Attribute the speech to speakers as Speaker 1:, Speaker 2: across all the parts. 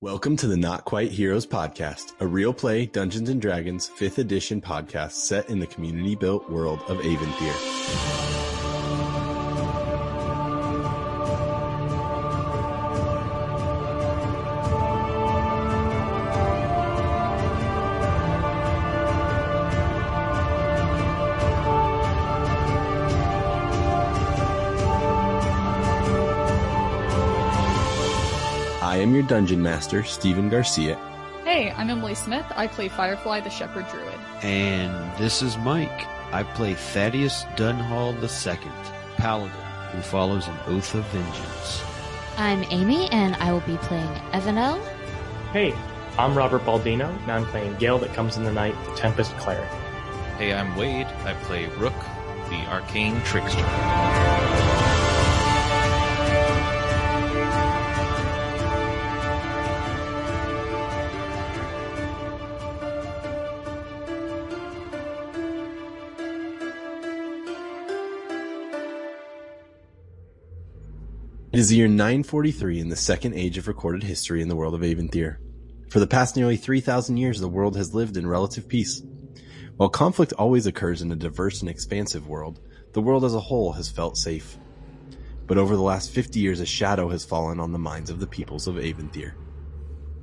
Speaker 1: Welcome to the Not Quite Heroes podcast, a real play Dungeons and Dragons 5th edition podcast set in the community built world of Aventhyr. I am your dungeon master, Steven Garcia.
Speaker 2: Hey, I'm Emily Smith. I play Firefly the Shepherd Druid.
Speaker 3: And this is Mike. I play Thaddeus Dunhall II, Paladin, who follows an oath of vengeance.
Speaker 4: I'm Amy, and I will be playing Evanel.
Speaker 5: Hey, I'm Robert Baldino, and I'm playing Gale that comes in the night, the Tempest Cleric.
Speaker 6: Hey, I'm Wade. I play Rook, the arcane trickster.
Speaker 1: It is the year 943 in the second age of recorded history in the world of Aventhyr. For the past nearly 3,000 years, the world has lived in relative peace. While conflict always occurs in a diverse and expansive world, the world as a whole has felt safe. But over the last 50 years, a shadow has fallen on the minds of the peoples of Aventhyr.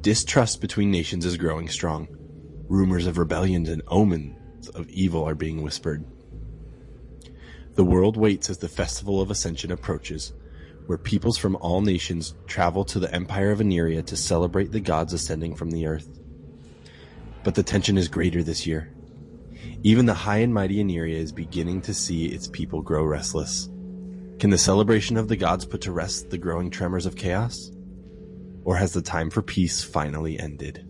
Speaker 1: Distrust between nations is growing strong. Rumors of rebellions and omens of evil are being whispered. The world waits as the Festival of Ascension approaches, where peoples from all nations travel to the Empire of Aneria to celebrate the gods ascending from the earth. But the tension is greater this year. Even the high and mighty Aneria is beginning to see its people grow restless. Can the celebration of the gods put to rest the growing tremors of chaos? Or has the time for peace finally ended?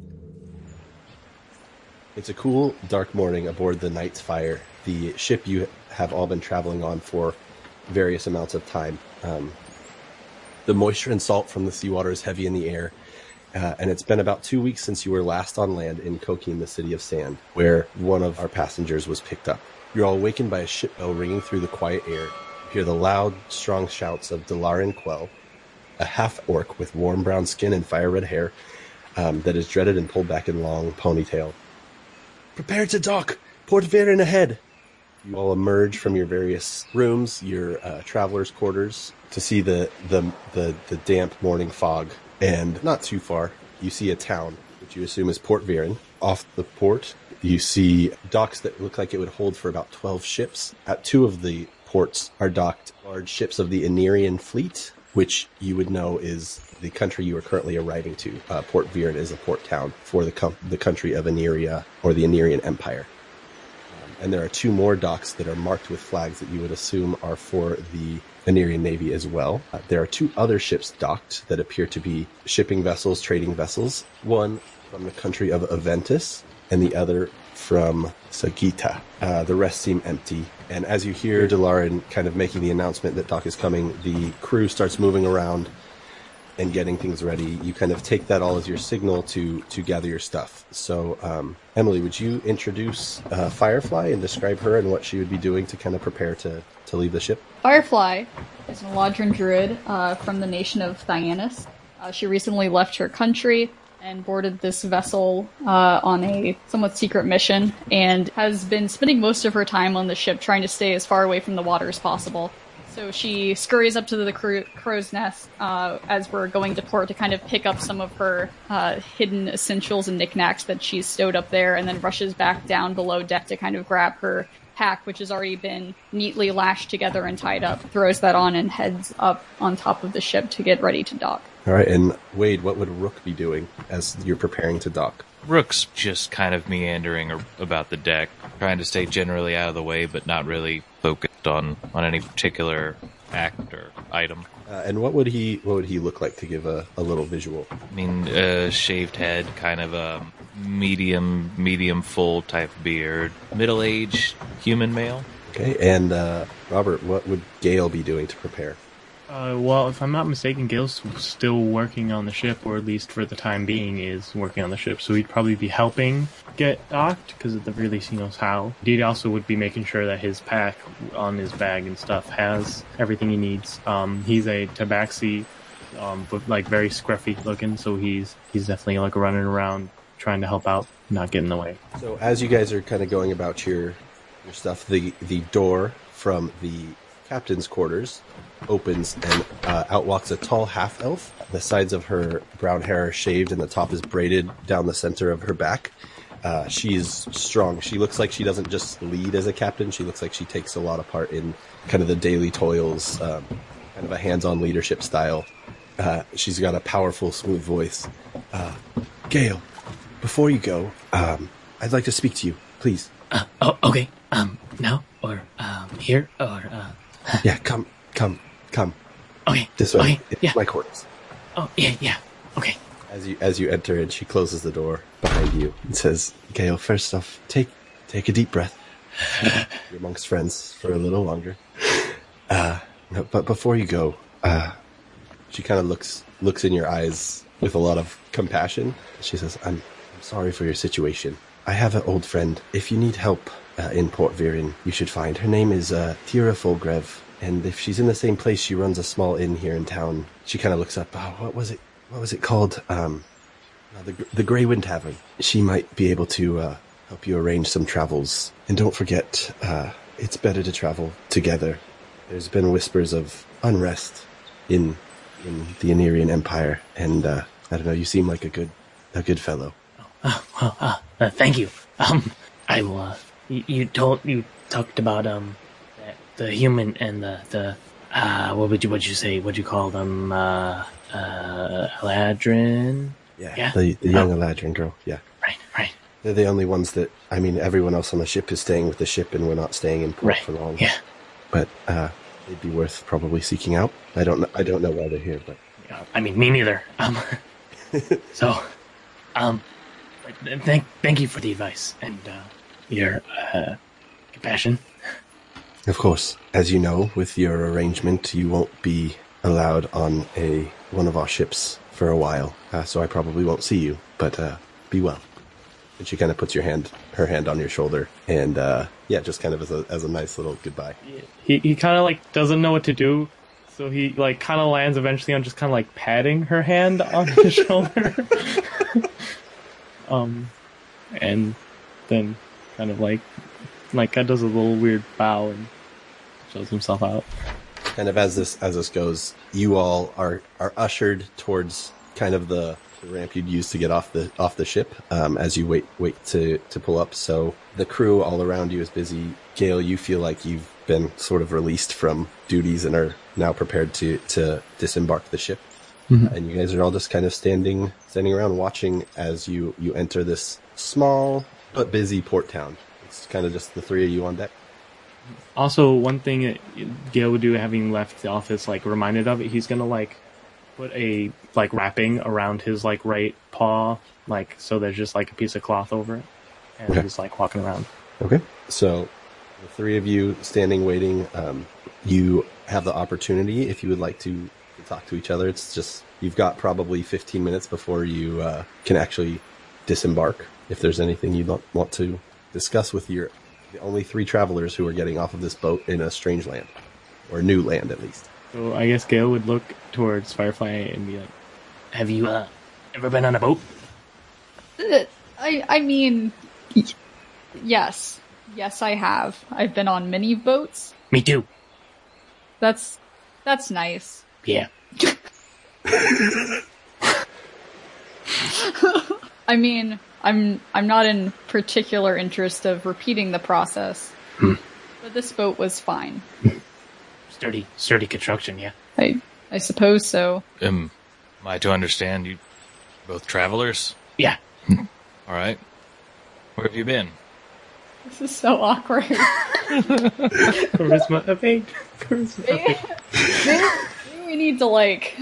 Speaker 1: It's a cool, dark morning aboard the Night's Fire, the ship you have all been traveling on for various amounts of time. Um, the moisture and salt from the seawater is heavy in the air, uh, and it's been about two weeks since you were last on land in Cokine, the city of sand, where one of our passengers was picked up. You're all awakened by a ship bell ringing through the quiet air. You hear the loud, strong shouts of Dalaran Quell, a half orc with warm brown skin and fire red hair um, that is dreaded and pulled back in long ponytail. Prepare to dock! Port Varen ahead! You all emerge from your various rooms, your uh, travelers' quarters, to see the, the the the damp morning fog. And not too far, you see a town, which you assume is Port Viren. Off the port, you see docks that look like it would hold for about twelve ships. At two of the ports are docked large ships of the Anirian fleet, which you would know is the country you are currently arriving to. Uh, port Viren is a port town for the com- the country of Aniria or the Anirian Empire Um, and there are two more docks that are marked with flags that you would assume are for the Anirian Navy as well. Uh, there are two other ships docked that appear to be shipping vessels, trading vessels, one from the country of Aventus and the other from Sagita. Uh, the rest seem empty. And as you hear Delarin kind of making the announcement that dock is coming, the crew starts moving around and getting things ready. You kind of take that all as your signal to to gather your stuff. So, um, Emily, would you introduce uh, Firefly and describe her and what she would be doing to kind of prepare to to leave the ship?
Speaker 2: Firefly is an Eladrin druid uh, from the nation of Thyannus. Uh, she recently left her country and boarded this vessel uh, on a somewhat secret mission and has been spending most of her time on the ship trying to stay as far away from the water as possible. So she scurries up to the crew, crow's nest uh, as we're going to port to kind of pick up some of her uh, hidden essentials and knickknacks that she's stowed up there, and then rushes back down below deck to kind of grab her pack, which has already been neatly lashed together and tied up. Throws that on and heads up on top of the ship to get ready to dock.
Speaker 1: All right, and Wade, what would Rook be doing as you're preparing to dock?
Speaker 6: Rook's just kind of meandering ar- about the deck, trying to stay generally out of the way, but not really focused on, on any particular act or item.
Speaker 1: Uh, and what would he what would he look like to give a, a little visual?
Speaker 6: I mean, uh, shaved head, kind of a medium, medium full type beard, middle aged human male.
Speaker 1: Okay, and uh, Robert, what would Gail be doing to prepare?
Speaker 5: Uh, well, if I'm not mistaken, Gale's still working on the ship, or at least for the time being is working on the ship, so he'd probably be helping get docked, because at the very least he knows how. He also would be making sure that his pack on his bag and stuff has everything he needs. Um, he's a tabaxi um, but like very scruffy looking. So he's he's definitely like running around trying to help out, not get in the way.
Speaker 1: So as you guys are kind of going about your your stuff, the the door from the captain's quarters opens and uh, out walks a tall half elf. The sides of her brown hair are shaved and the top is braided down the center of her back. Uh, she is strong. She looks like she doesn't just lead as a captain. She looks like she takes a lot of part in kind of the daily toils, um, kind of a hands-on leadership style. Uh, she's got a powerful, smooth voice. Uh, Gail, before you go, um, I'd like to speak to you, please.
Speaker 7: Uh, oh, okay. Um, now or um here or uh.
Speaker 1: Yeah, come, come, come
Speaker 7: Okay.
Speaker 1: this way.
Speaker 7: Okay.
Speaker 1: It's
Speaker 7: Yeah.
Speaker 1: my quarters.
Speaker 7: Oh yeah yeah. Okay.
Speaker 1: As you as you enter, and she closes the door behind you and says, "Gail, first off, take take a deep breath. You're amongst friends for a little longer. Uh, no, but before you go, uh, she kind of looks looks in your eyes with a lot of compassion. She says, "I'm I'm sorry for your situation. I have an old friend. If you need help uh, in Port Virin, you should find her name is uh, Tira Fulgrev. And if she's in the same place, she runs a small inn here in town. She kind of looks up. Oh, what was it? What was it called? Um, uh, the the Grey Wind Tavern. She might be able to uh, help you arrange some travels. And don't forget, uh, it's better to travel together. There's been whispers of unrest in in the Anirian Empire, and uh, I don't know. You seem like a good a good fellow.
Speaker 7: Uh, well, uh, uh, thank you. Um, I will. Uh, you, you told you talked about um that the human and the the uh what would you what you say what you call them uh uh Eladrin
Speaker 1: Yeah,
Speaker 7: Yeah.
Speaker 1: the the young Eladrin girl. Yeah,
Speaker 7: right right
Speaker 1: they're the only ones that I mean. Everyone else on the ship is staying with the ship, and we're not staying in port
Speaker 7: right
Speaker 1: for long.
Speaker 7: yeah
Speaker 1: but uh, they'd be worth probably seeking out. I don't kn- I don't know why they're here, but
Speaker 7: Uh, I mean, me neither. Um, so, um, but th- thank thank you for the advice and uh, your uh, compassion.
Speaker 1: Of course, as you know, with your arrangement, you won't be allowed on a one of our ships for a while, uh, so I probably won't see you. But uh, be well. And she kind of puts your hand, her hand on your shoulder, and uh, yeah, just kind of as a as a nice little goodbye.
Speaker 5: He he kind of like doesn't know what to do, so he like kind of lands eventually on just kind of like patting her hand on his shoulder. um, and then kind of like like kind of does a little weird bow and shows himself out.
Speaker 1: kind of as this as this goes, you all are are ushered towards kind of the, the ramp you'd use to get off the off the ship um, as you wait wait to to pull up. So the crew all around you is busy. Gail, you feel like you've been sort of released from duties and are now prepared to to disembark the ship. And you guys are all just kind of standing standing around watching as you you enter this small but busy port town. It's kind of just the three of you on deck.
Speaker 5: Also, one thing that Gail would do, having left the office, like reminded of it, he's gonna like put a like wrapping around his like right paw, like so there's just like a piece of cloth over it, and
Speaker 1: Okay.
Speaker 5: he's like walking around.
Speaker 1: Okay. So, the three of you standing waiting, um, you have the opportunity if you would like to, to talk to each other. It's just you've got probably 15 minutes before you uh, can actually disembark. If there's anything you don't want to discuss with your the only three travelers who are getting off of this boat in a strange land or new land at least.
Speaker 5: So I guess Gail would look towards Firefly and be like,
Speaker 7: Have you uh, ever been on a boat?
Speaker 2: Uh, I I mean, y- yes, yes, I have. I've been on many boats.
Speaker 7: Me too.
Speaker 2: That's that's nice.
Speaker 7: Yeah.
Speaker 2: I mean, I'm I'm not in particular interest of repeating the process,
Speaker 7: Hmm.
Speaker 2: but this boat was fine.
Speaker 7: Sturdy sturdy construction. Yeah.
Speaker 2: I I suppose so.
Speaker 6: Am, am I to understand you both travelers?
Speaker 7: Yeah.
Speaker 6: All right. Where have you been?
Speaker 2: This is so awkward.
Speaker 5: "Charisma of eight, charisma of
Speaker 2: maybe,
Speaker 5: eight."
Speaker 2: maybe we need to like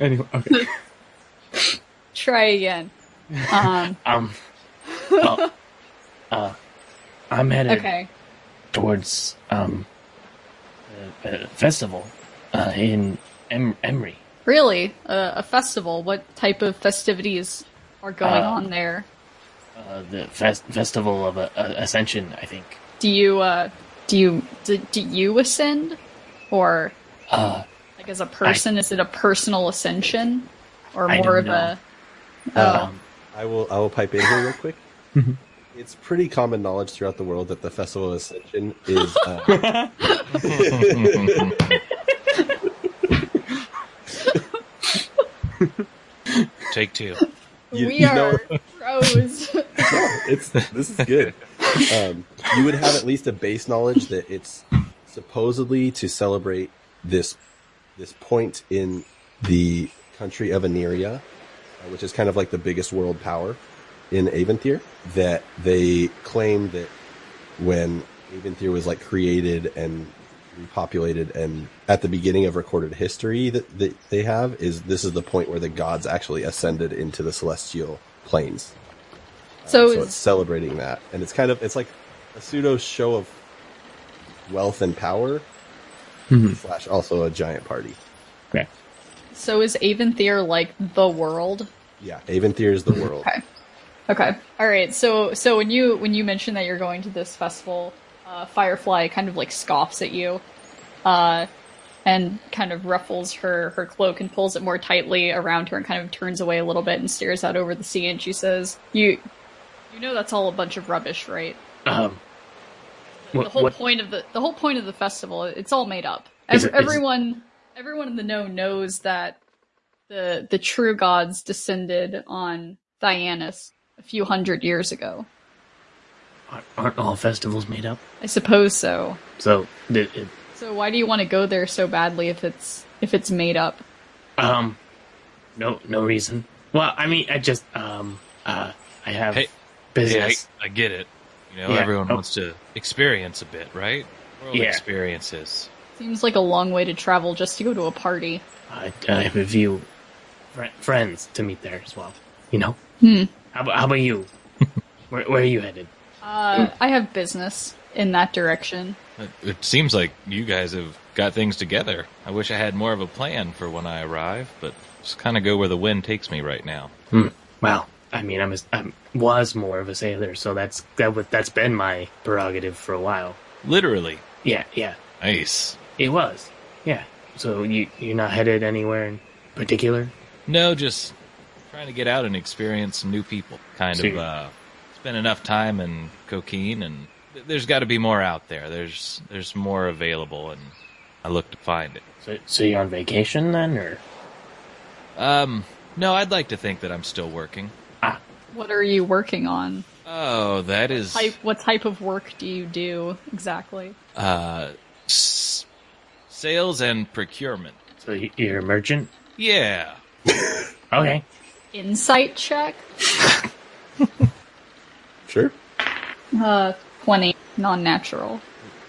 Speaker 5: Anyway, okay.
Speaker 2: try again. Um,
Speaker 7: Um. Well, uh, I'm headed
Speaker 2: okay.
Speaker 7: towards um a, a festival uh, in em- Emery.
Speaker 2: Really, uh, a festival. What type of festivities are going
Speaker 7: Uh,
Speaker 2: on there?
Speaker 7: Uh, the fest- festival of uh, uh, ascension, I think.
Speaker 2: Do you uh, do you do, do you ascend, or Like as a person, is it a personal ascension, or
Speaker 7: I
Speaker 2: more of
Speaker 7: don't
Speaker 2: a? Oh.
Speaker 7: Um,
Speaker 1: I will I will pipe in here real quick. it's pretty common knowledge throughout the world that the Festival of Ascension is uh,
Speaker 6: Take two.
Speaker 1: you-
Speaker 2: we
Speaker 1: you know-
Speaker 2: are pros.
Speaker 1: it's this is good. Um, you would have at least a base knowledge that it's supposedly to celebrate this this point in the country of Aneria, uh, which is kind of like the biggest world power in Aventhir. That they claim that when Aventhir was like created and repopulated, and at the beginning of recorded history that, that they have is this is the point where the gods actually ascended into the celestial planes Uh,
Speaker 2: so,
Speaker 1: so
Speaker 2: is-
Speaker 1: it's celebrating that and it's kind of it's like a pseudo show of wealth and power slash also a giant party
Speaker 5: Okay.
Speaker 2: so is Aventhyr like the world?
Speaker 1: yeah aventhyr is the world
Speaker 2: Okay. Okay. All right. So so when you when you mention that you're going to this festival, uh, Firefly kind of like scoffs at you, uh, and kind of ruffles her her cloak and pulls it more tightly around her and kind of turns away a little bit and stares out over the sea and she says, "You you know that's all a bunch of rubbish, right?
Speaker 7: um,
Speaker 2: the
Speaker 7: what,
Speaker 2: whole
Speaker 7: what,
Speaker 2: point of the the whole point of the festival it's all made up
Speaker 7: Is
Speaker 2: Ev-
Speaker 7: it- is it-
Speaker 2: everyone everyone in the know knows that the the true gods descended on Dianus a few hundred years ago
Speaker 7: aren't- aren't all festivals made up?
Speaker 2: i suppose so
Speaker 7: So, it, it,
Speaker 2: so why do you want to go there so badly if it's if it's made up
Speaker 7: um, no, no reason. Well, I mean, I just, um, uh, I have
Speaker 6: Hey- Yeah, I,
Speaker 7: business.
Speaker 6: I get it. You know,
Speaker 7: Yeah.
Speaker 6: everyone
Speaker 7: Oh.
Speaker 6: wants to experience a bit, right? World
Speaker 7: Yeah.
Speaker 6: experiences.
Speaker 2: seems like a long way to travel just to go to a party
Speaker 7: I, I have a few fri friends to meet there as well. You know.
Speaker 2: Hmm.
Speaker 7: How, about- how about you? where, where are you headed?
Speaker 2: uh, i have business in that direction
Speaker 6: It- It seems like you guys have got things together. I wish I had more of a plan for when I arrive, but just kind of go where the wind takes me right now.
Speaker 7: Well, I mean, I'm a, I was more of a sailor, so that's that was, that's been my prerogative for a while.
Speaker 6: Literally.
Speaker 7: Yeah, yeah,
Speaker 6: Nice.
Speaker 7: it was. Yeah. So you you're not headed anywhere in particular?
Speaker 6: No, just trying to get out and experience some new people. Kind
Speaker 7: See.
Speaker 6: of uh, spend enough time in cocaine, and th- there's got to be more out there. There's there's more available, and I look to find it.
Speaker 7: So so you're on vacation then, or
Speaker 6: Um, no, I'd like to think that I'm still working.
Speaker 2: what are you working on
Speaker 6: Oh, that is
Speaker 2: type, what type of work do you do exactly
Speaker 6: uh, s- sales and procurement.
Speaker 7: so you- you're a merchant?
Speaker 6: Yeah.
Speaker 7: Okay.
Speaker 2: insight check
Speaker 1: sure
Speaker 2: Uh, 20, non-natural.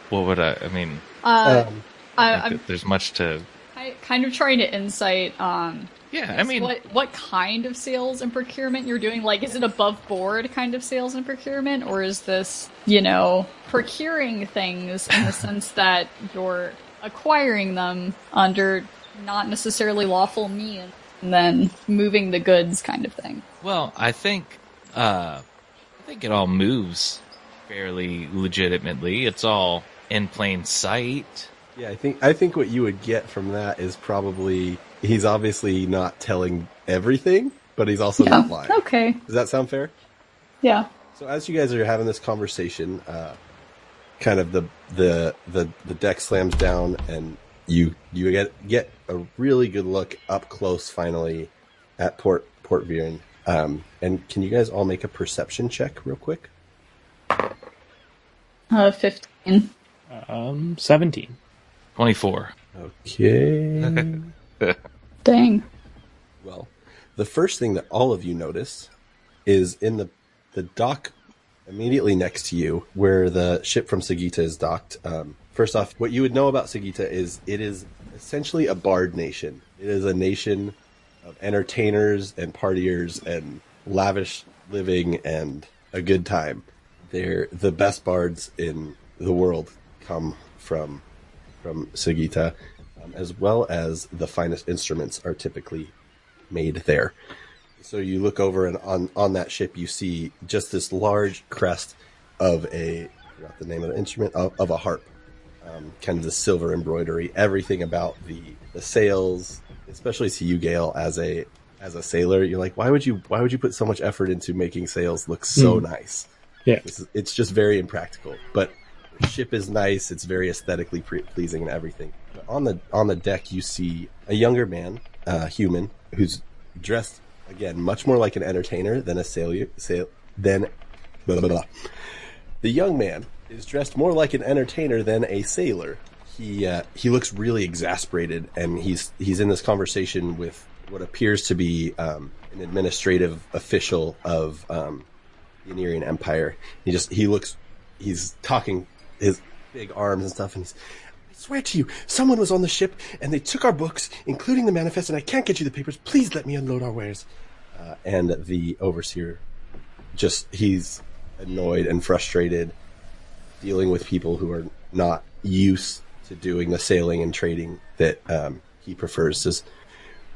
Speaker 6: What would I? I mean,
Speaker 2: Uh,
Speaker 1: um,
Speaker 2: I,
Speaker 6: I think
Speaker 2: I'm
Speaker 6: that there's much to.
Speaker 2: ki kind of trying to insight, um,
Speaker 6: Yeah, I mean,
Speaker 2: what, what kind of sales and procurement you're doing. Like, is it above board kind of sales and procurement, or is this, you know, procuring things in the sense that you're acquiring them under not necessarily lawful means? And then moving the goods, kind of thing.
Speaker 6: well, I think, uh, I think it all moves fairly legitimately. It's all in plain sight.
Speaker 1: yeah i think i think what you would get from that is probably he's obviously not telling everything but he's also not lying
Speaker 2: Okay.
Speaker 1: does that sound fair
Speaker 2: Yeah.
Speaker 1: So as you guys are having this conversation, uh, kind of the the the the deck slams down, and you you get get a really good look up close finally at Port Port Viren. Um, and can you guys all make a perception check real quick?
Speaker 2: Uh, 15.
Speaker 5: Um, 17.
Speaker 6: Twenty-four.
Speaker 1: Okay.
Speaker 2: Dang.
Speaker 1: well, the first thing that all of you notice is in the the dock immediately next to you, where the ship from Sagita is docked. Um, first off, what you would know about Sagita is it is essentially a bard nation. It is a nation of entertainers and partiers and lavish living and a good time. They're the best bards in the world come from from Sagita, um, as well as the finest instruments are typically made there. So you look over, and on, on that ship, you see just this large crest of a I forgot the name of the instrument of, of a harp, um, kind of the silver embroidery, everything about the the sails, especially to you, Gail, as a as a sailor. You're like, why would you why would you put so much effort into making sails look so nice?
Speaker 5: Yeah.
Speaker 1: This is- it's just very impractical. But the ship is nice. It's very aesthetically pre- pleasing and everything. But on the on the deck, you see a younger man, uh, human, who's dressed again much more like an entertainer than a sailor. Sail, than blah, blah, blah. the young man is dressed more like an entertainer than a sailor. He uh, he looks really exasperated, and he's he's in this conversation with what appears to be um, an administrative official of um, the Anirian Empire. He just he looks he's talking his big arms and stuff and he's I swear to you, someone was on the ship and they took our books, including the manifest, and I can't get you the papers. Please let me unload our wares. Uh, and the overseer just he's annoyed and frustrated dealing with people who are not used to doing the sailing and trading that um, he prefers says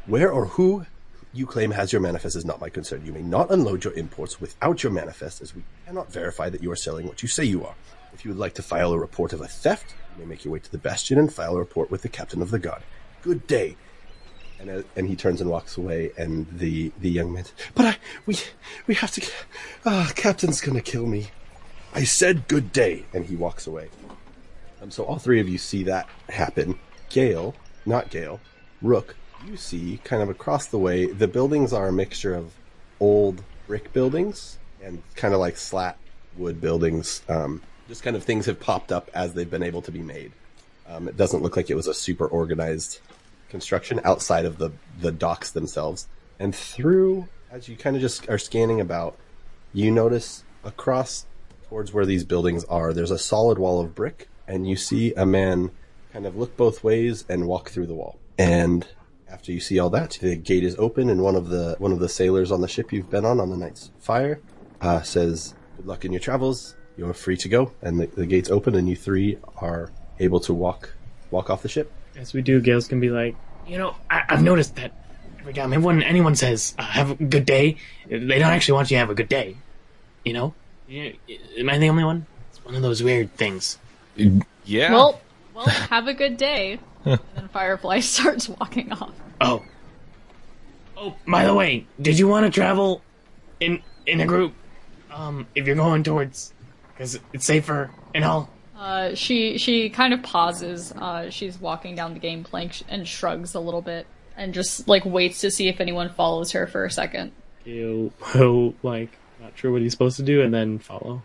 Speaker 1: where or who you claim has your manifest is not my concern. You may not unload your imports without your manifest, as we cannot verify that you are selling what you say you are. If you would like to file a report of a theft, you may make your way to the bastion and file a report with the captain of the guard. Good day. And, uh, and he turns and walks away, and the, the young man. But I, we, we have to. Ah, captain's gonna kill me. I said good day, and he walks away. Um, so all three of you see that happen. Gale, not Gale, Rook, you see kind of across the way, the buildings are a mixture of old brick buildings and kind of like slat wood buildings. Um, just kind of things have popped up as they've been able to be made. Um, it doesn't look like it was a super organized construction outside of the, the docks themselves. And through, as you kind of just are scanning about, you notice across towards where these buildings are, there's a solid wall of brick, and you see a man kind of look both ways and walk through the wall. And after you see all that, the gate is open, and one of the one of the sailors on the ship you've been on on the night's fire uh, says, "Good luck in your travels. You're free to go." And the, the gates open, and you three are able to walk walk off the ship.
Speaker 5: As we do, Gail's gonna be like,
Speaker 7: You know, I, I've noticed that every time everyone, anyone says, uh, have a good day, they don't actually want you to have a good day. You know? Yeah, Am I the only one? It's one of those weird things.
Speaker 6: Yeah.
Speaker 2: Well, well, have a good day. and then Firefly starts walking off.
Speaker 7: Oh. Oh, by the way, did you want to travel in in a group? Um, if you're going towards, because it's safer and all.
Speaker 2: Uh, she she kind of pauses. Uh, she's walking down the game plank sh- and shrugs a little bit and just like waits to see if anyone follows her for a second.
Speaker 5: Gail will like not sure what he's supposed to do, and then follow.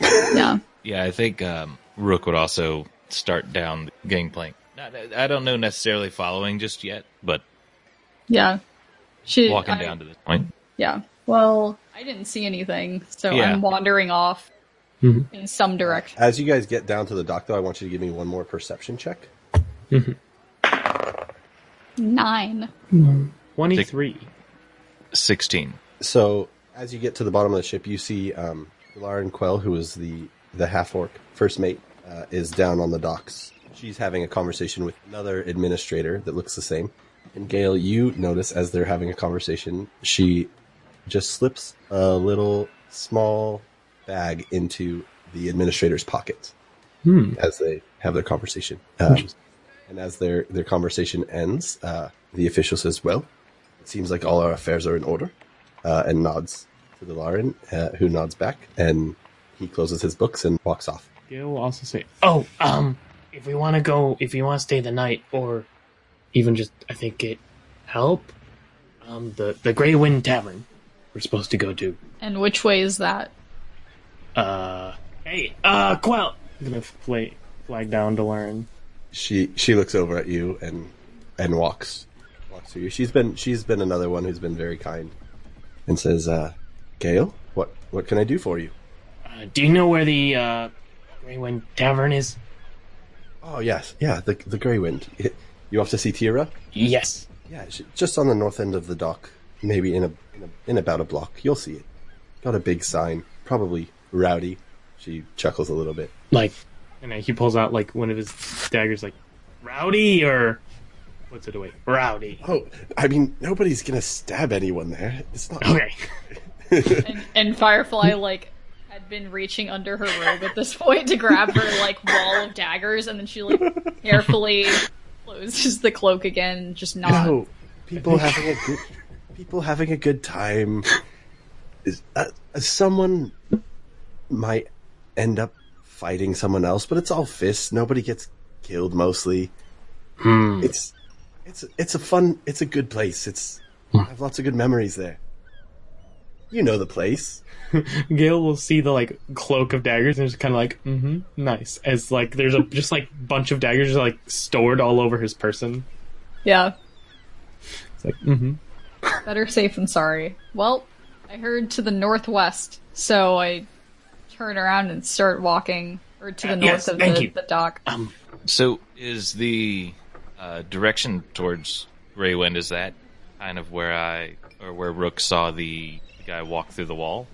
Speaker 2: Yeah.
Speaker 6: Yeah, I think um, Rook would also start down the gangplank. Not, I don't know necessarily following just yet, but
Speaker 2: Yeah. She
Speaker 6: walking
Speaker 2: I-
Speaker 6: down to this point.
Speaker 2: Yeah. Well, I didn't see anything, so
Speaker 6: Yeah. Mm-hmm.
Speaker 2: I'm wandering off in some direction.
Speaker 1: As you guys get down to the dock, though, I want you to give me one more perception check.
Speaker 2: Nine.
Speaker 5: Twenty three.
Speaker 6: 16.
Speaker 1: So as you get to the bottom of the ship, you see um, Lauren Quell, who is the the half orc first mate, uh, is down on the docks. She's having a conversation with another administrator that looks the same. And Gail, you notice as they're having a conversation, she just slips a little small bag into the administrator's pocket as they have their conversation. Um, and as their their conversation ends, uh, the official says, "Well, it seems like all our affairs are in order," uh, and nods to the Lauren, uh, who nods back, and he closes his books and walks off.
Speaker 5: Gail will also say,
Speaker 7: Oh, um, if we want to go, if you want to stay the night, or even just, I think, get help, um, the the Grey Wind Tavern we're supposed to go to.
Speaker 2: And which way is that?
Speaker 7: Uh, hey, uh, Quell.
Speaker 5: "I'm gonna fly, flag down to learn."
Speaker 1: She she looks over at you and and walks walks to you. She's been she's been another one who's been very kind, and says, uh, "Gail, what what can I do for you?"
Speaker 7: Uh, do you know where the uh, Grey Wind Tavern is?
Speaker 1: Oh yes, yeah, the the Grey Wind. You off to see Tira?
Speaker 7: Yes.
Speaker 1: Yeah, sh- just on the north end of the dock, maybe in a, in a in about a block, you'll see it. Got a big sign, probably rowdy. She chuckles a little bit.
Speaker 7: Like
Speaker 5: And then he pulls out like one of his daggers, like rowdy or puts it away.
Speaker 7: rowdy.
Speaker 1: Oh, I mean, nobody's gonna stab anyone there. It's not.
Speaker 7: Okay.
Speaker 2: And, and Firefly like had been reaching under her robe at this point to grab her like wall of daggers, and then she like carefully closes the cloak again, and just not.
Speaker 1: No, people having a good people having a good time. Is uh, uh, someone might end up fighting someone else, but it's all fists. Nobody gets killed mostly. It's it's it's a fun. It's a good place. It's I have lots of good memories there. You know the place.
Speaker 5: Gail will see the like cloak of daggers and is kind of like, mm-hmm, nice. As like there's a just like bunch of daggers like stored all over his person.
Speaker 2: Yeah,
Speaker 5: It's like, mm-hmm.
Speaker 2: better safe than sorry. Well, I heard to the northwest, so I turn around and start walking, or to the north
Speaker 7: Yes,
Speaker 2: of
Speaker 7: thank
Speaker 2: the,
Speaker 7: you. Um,
Speaker 2: the dock.
Speaker 6: So is the uh, direction towards Raywind is that kind of where I or where Rook saw the guy walk through the wall?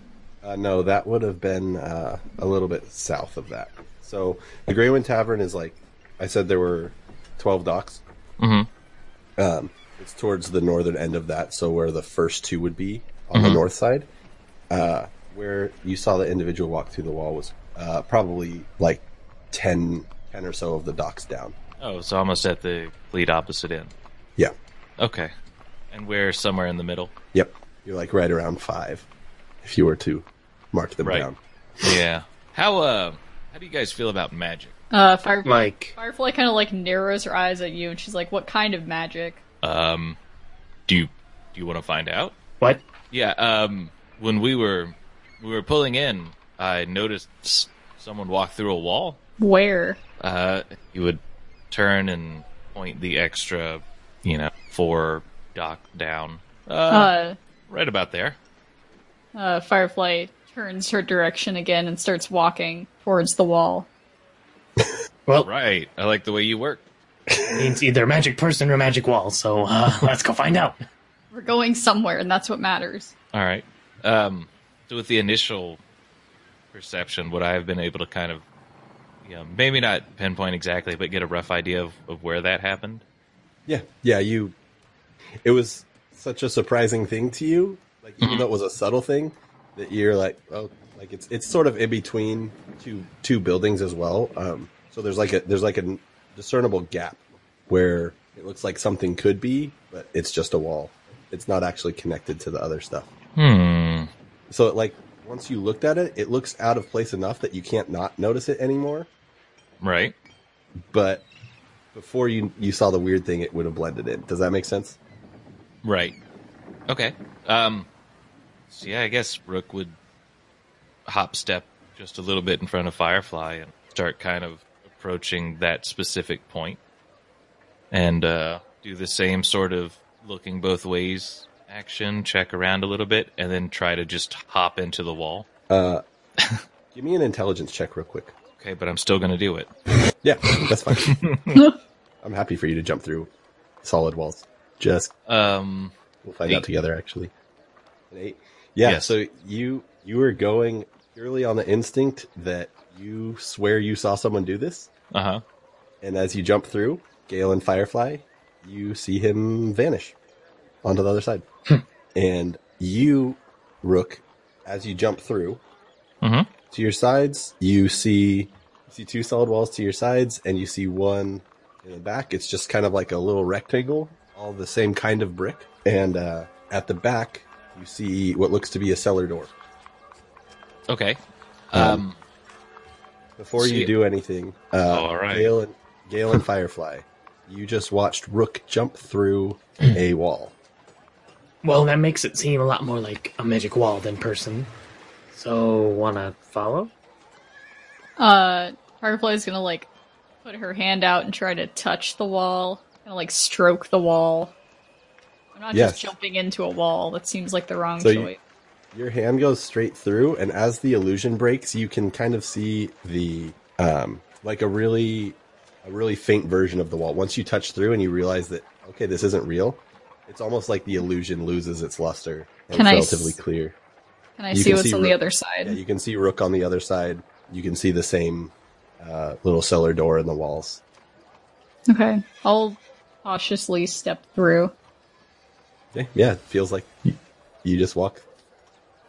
Speaker 1: Uh, no, that would have been uh, a little bit south of that. So the Grey Wind Tavern is like I said, there were twelve docks. Mm-hmm. Um, it's towards the northern end of that, so where the first two would be on the north side. Uh, where you saw the individual walk through the wall was uh, probably like 10, 10 or so of the docks down.
Speaker 6: Oh, so almost at the lead opposite end.
Speaker 1: Yeah.
Speaker 6: Okay, and we're somewhere in the middle.
Speaker 1: Yep. You're like right around five, if you were to mark them
Speaker 6: Right.
Speaker 1: down.
Speaker 6: Yeah. How uh, how do you guys feel about magic?
Speaker 2: Uh, fire,
Speaker 7: Like,
Speaker 2: Firefly kind of like narrows her eyes at you, and she's like, "What kind of magic?"
Speaker 6: Um, do you do you want to find out?
Speaker 7: what?
Speaker 6: Yeah. Um, when we were we were pulling in, I noticed s- someone walk through a wall.
Speaker 2: Where?
Speaker 6: Uh, you would turn and point the extra, you know, four dock down. Uh,
Speaker 2: Uh,
Speaker 6: right about there.
Speaker 2: uh, Firefly turns her direction again and starts walking towards the wall.
Speaker 7: Well,
Speaker 6: Right. I like the way you work.
Speaker 7: means either magic person or magic wall, so uh, let's go find out.
Speaker 2: We're going somewhere, and that's what matters.
Speaker 6: All right. Um, so with the initial perception, would I have been able to kind of, you know, maybe not pinpoint exactly, but get a rough idea of, of where that happened?
Speaker 1: Yeah. Yeah, you it was such a surprising thing to you, like even though it was a subtle thing, that you're like, oh like it's it's sort of in between two two buildings as well. Um so there's like a there's like a discernible gap where it looks like something could be, but it's just a wall. It's not actually connected to the other stuff.
Speaker 6: Hmm.
Speaker 1: So like once you looked at it, it looks out of place enough that you can't not notice it anymore.
Speaker 6: Right.
Speaker 1: but before you you saw the weird thing, it would have blended in. Does that make sense?
Speaker 6: Right. Okay. Um, so yeah, I guess Rook would hop step just a little bit in front of Firefly and start kind of approaching that specific point and uh, do the same sort of looking both ways action, check around a little bit, and then try to just hop into the wall.
Speaker 1: Give me an intelligence check real quick.
Speaker 6: Okay, but I'm still going to do it.
Speaker 1: Yeah, that's fine. I'm happy for you to jump through solid walls. Just
Speaker 6: Um,
Speaker 1: we'll find out
Speaker 6: Eight.
Speaker 1: together actually. An eight. Yeah,
Speaker 6: Yes.
Speaker 1: so you you were going purely on the instinct that you swear you saw someone do this,
Speaker 6: uh huh.
Speaker 1: and as you jump through, Gale and Firefly, you see him vanish onto the other side. and you, Rook, as you jump through,
Speaker 6: Mhm.
Speaker 1: to your sides, you see you see two solid walls to your sides, and you see one in the back. It's just kind of like a little rectangle, all the same kind of brick. And uh, at the back, you see what looks to be a cellar door.
Speaker 6: Okay. Um,
Speaker 1: Before
Speaker 6: See
Speaker 1: you
Speaker 6: it.
Speaker 1: do anything, uh,
Speaker 6: All right.
Speaker 1: Gale and Gale and Firefly, you just watched Rook jump through a wall.
Speaker 7: Well, that makes it seem a lot more like a magic wall than person. So, wanna follow?
Speaker 2: Uh, Firefly's gonna like put her hand out and try to touch the wall, kind of like stroke the wall. I'm not
Speaker 1: Yes.
Speaker 2: just jumping into a wall. That seems like the wrong
Speaker 1: So you-
Speaker 2: choice.
Speaker 1: Your hand goes straight through, and as the illusion breaks, you can kind of see the um, like a really a really faint version of the wall. Once you touch through and you realize that okay, this isn't real, it's almost like the illusion loses its luster and
Speaker 2: Can I
Speaker 1: it's relatively
Speaker 2: s-
Speaker 1: clear.
Speaker 2: Can I
Speaker 1: you
Speaker 2: see
Speaker 1: can
Speaker 2: what's
Speaker 1: see
Speaker 2: on the
Speaker 1: Ro-
Speaker 2: other side?
Speaker 1: Yeah, you can see Rook on the other side. You can see the same uh, little cellar door in the walls.
Speaker 2: Okay, I'll cautiously step through.
Speaker 1: Yeah, yeah, it feels like you, you just walk.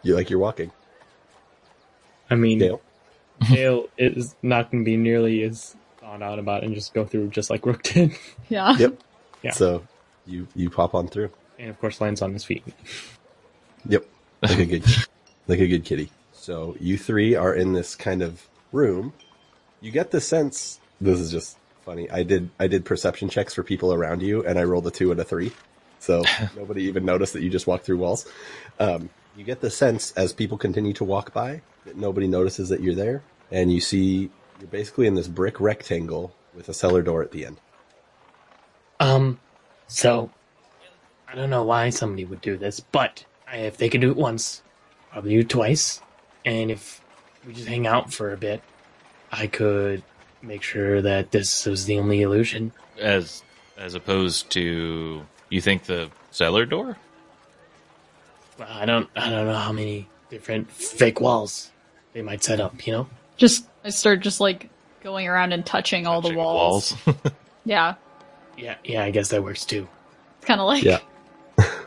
Speaker 1: You like you're walking.
Speaker 5: I mean,
Speaker 1: Dale.
Speaker 5: Dale is not going to be nearly as on out about it and just go through just like Rook did,
Speaker 2: Yeah.
Speaker 1: Yep.
Speaker 5: Yeah.
Speaker 1: So you you pop on through.
Speaker 5: and of course lands on his feet.
Speaker 1: Yep. Like a good like a good kitty. So you three are in this kind of room. You get the sense this is just funny. I did I did perception checks for people around you and I rolled a two and a three. So nobody even noticed that you just walked through walls. Um, you get the sense as people continue to walk by that nobody notices that you're there, and you see you're basically in this brick rectangle with a cellar door at the end.
Speaker 7: Um, so I don't know why somebody would do this, but I- if they could do it once, probably do it twice. And if we just hang out for a bit, I could make sure that this was the only illusion.
Speaker 6: As as opposed to you think the cellar door?
Speaker 7: Well, I don't, I don't know how many different fake walls they might set up. You know,
Speaker 2: Just I start just like going around and touching all the
Speaker 6: Check
Speaker 2: walls. Yeah.
Speaker 7: yeah, yeah, I guess that works too.
Speaker 2: It's kind of like
Speaker 1: Yeah.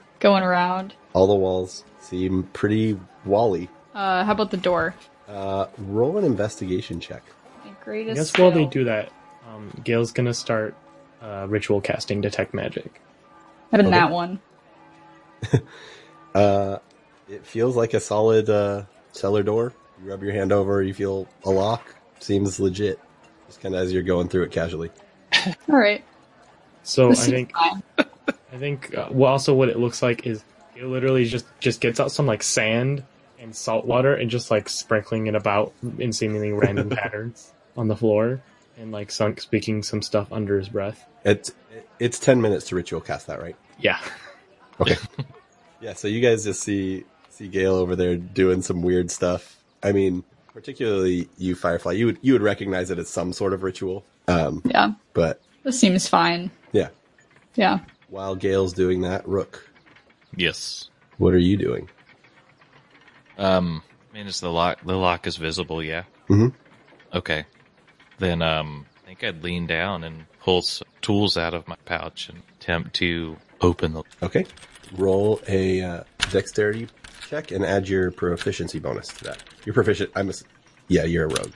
Speaker 2: going around.
Speaker 1: All the walls seem pretty wally.
Speaker 2: Uh, how about the door?
Speaker 1: Uh, roll an investigation check.
Speaker 2: My greatest.
Speaker 5: I guess while they
Speaker 2: fail.
Speaker 5: do that, um, Gail's going to start uh, ritual casting detect magic.
Speaker 2: I did
Speaker 1: Okay.
Speaker 2: that one.
Speaker 1: Uh, it feels like a solid uh, cellar door. You rub your hand over, you feel a lock. Seems legit. Just kind of as you're going through it casually.
Speaker 2: All right.
Speaker 5: So I
Speaker 2: This seems
Speaker 5: think
Speaker 2: fine.
Speaker 5: I think uh, well, also what it looks like is it literally just just gets out some like sand and salt water and just like sprinkling it about in seemingly random patterns on the floor and like sunk speaking some stuff under his breath.
Speaker 1: It's it's ten minutes to ritual cast that, right?
Speaker 5: Yeah,
Speaker 1: Yeah. So you guys just see see Gail over there doing some weird stuff. I mean, particularly you, Firefly. You would you would recognize it as some sort of ritual. Um,
Speaker 2: Yeah.
Speaker 1: but
Speaker 2: This seems fine.
Speaker 1: yeah,
Speaker 2: Yeah.
Speaker 1: while Gail's doing that, Rook,
Speaker 6: Yes.
Speaker 1: what are you doing?
Speaker 6: Um, I mean, is the lock the lock is visible? Yeah.
Speaker 1: Mhm.
Speaker 6: Okay. Then um, I think I'd lean down and pull some tools out of my pouch and attempt to open the.
Speaker 1: Okay. Roll a uh, dexterity check and add your proficiency bonus to that. You're proficient. I'm a. s- Yeah, you're a rogue.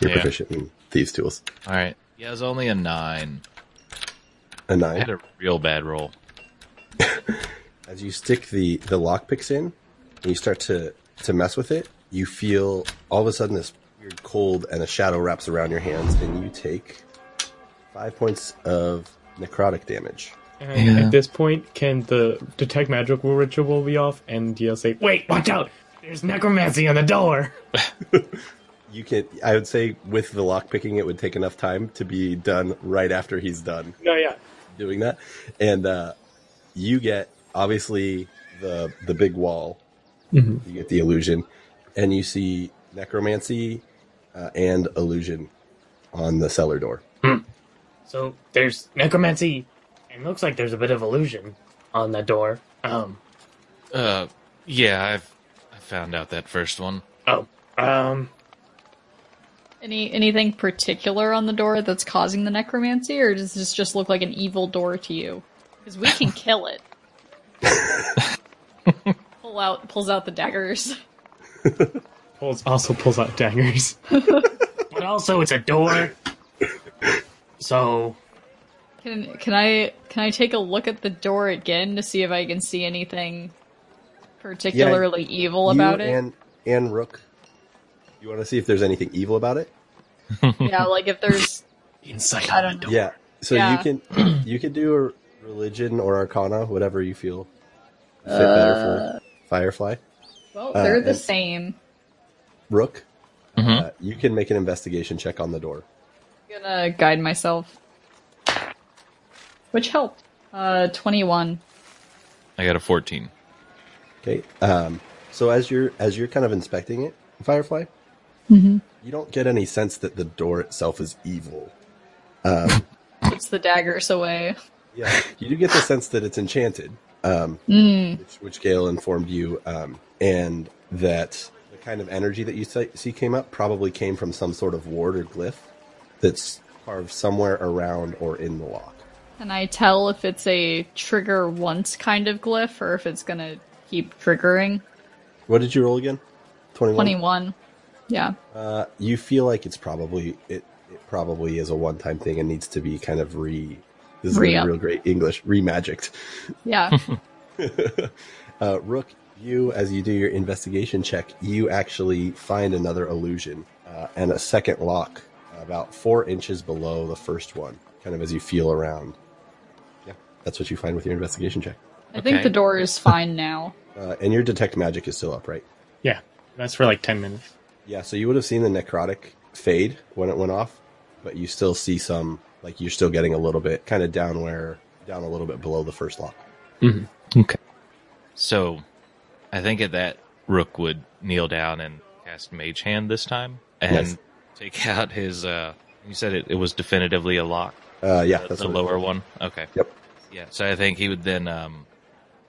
Speaker 1: You're
Speaker 6: Yeah.
Speaker 1: proficient in thieves' tools.
Speaker 6: All right. Yeah, it was only a nine.
Speaker 1: A
Speaker 6: I had
Speaker 1: nine.
Speaker 6: a real bad roll.
Speaker 1: As you stick the the lockpicks in, and you start to to mess with it, you feel all of a sudden this weird cold and a shadow wraps around your hands, and you take five points of necrotic damage.
Speaker 5: and at this point, can the detect magical ritual be off? And Gail say,
Speaker 7: Wait, watch out! There's necromancy on the door.
Speaker 1: You can. I would say with the lockpicking, it would take enough time to be done right after he's done.
Speaker 5: "No, yeah,
Speaker 1: doing that, and uh, you get obviously the the big wall. You get the illusion, and you see necromancy uh, and illusion on the cellar door.
Speaker 7: So there's necromancy, and looks like there's a bit of illusion on the door. Um,
Speaker 6: Uh, yeah, I've I found out that first one.
Speaker 7: oh, um,
Speaker 2: Any anything particular on the door that's causing the necromancy, or does this just look like an evil door to you? Because we can kill it. Pull out pulls out the daggers.
Speaker 5: pulls also pulls out daggers."
Speaker 7: but also it's a door. So
Speaker 2: Can can I can I take a look at the door again to see if I can see anything particularly evil about
Speaker 1: you
Speaker 2: it?
Speaker 1: and and Rook. You want to see if there's anything evil about it?
Speaker 2: Yeah, like if there's
Speaker 7: inside
Speaker 2: I don't know.
Speaker 1: Yeah. So
Speaker 2: Yeah.
Speaker 1: you can you can do a religion or arcana, whatever you feel fit
Speaker 2: Uh.
Speaker 1: better for Firefly.
Speaker 2: Well,
Speaker 1: Uh,
Speaker 2: they're the
Speaker 1: and-
Speaker 2: same.
Speaker 1: Rook, uh, you can make an investigation check on the door.
Speaker 2: I'm gonna guide myself. Which helped. Uh twenty one.
Speaker 6: I got a fourteen.
Speaker 1: Okay. Um, so as you're as you're kind of inspecting it, Firefly, you don't get any sense that the door itself is evil.
Speaker 2: Puts the daggers away.
Speaker 1: Yeah, you do get the sense that it's enchanted, um, which, which Gale informed you, um, and that the kind of energy that you si- see came up probably came from some sort of ward or glyph that's carved somewhere around or in the lock.
Speaker 2: Can I tell if it's a trigger once kind of glyph or if it's gonna keep triggering?
Speaker 1: What did you roll again? Twenty-one.
Speaker 2: 21. Yeah.
Speaker 1: Uh, you feel like it's probably it, it probably is a one time thing and needs to be kind of re. This is
Speaker 2: Re-up.
Speaker 1: gonna be real great English. Remagicked.
Speaker 2: Yeah.
Speaker 1: Uh, Rook, you as you do your investigation check, you actually find another illusion uh, and a second lock about four inches below the first one. Kind of as you feel around. Yeah, that's what you find with your investigation check.
Speaker 2: I think
Speaker 6: Okay.
Speaker 2: the door is fine now.
Speaker 1: Uh, and your detect magic is still up, right?
Speaker 5: Yeah, that's for like ten minutes.
Speaker 1: Yeah, so you would have seen the necrotic fade when it went off, but you still see some, like you're still getting a little bit kind of down where, down a little bit below the first lock.
Speaker 6: Okay. So, I think at that, Rook would kneel down and cast Mage Hand this time and
Speaker 1: Yes.
Speaker 6: take out his. uh You said it, it was definitively a lock.
Speaker 1: Uh, yeah,
Speaker 6: the-
Speaker 1: that's
Speaker 6: the
Speaker 1: what it
Speaker 6: lower
Speaker 1: is.
Speaker 6: one. Okay.
Speaker 1: Yep.
Speaker 6: Yeah. So I think he would then um,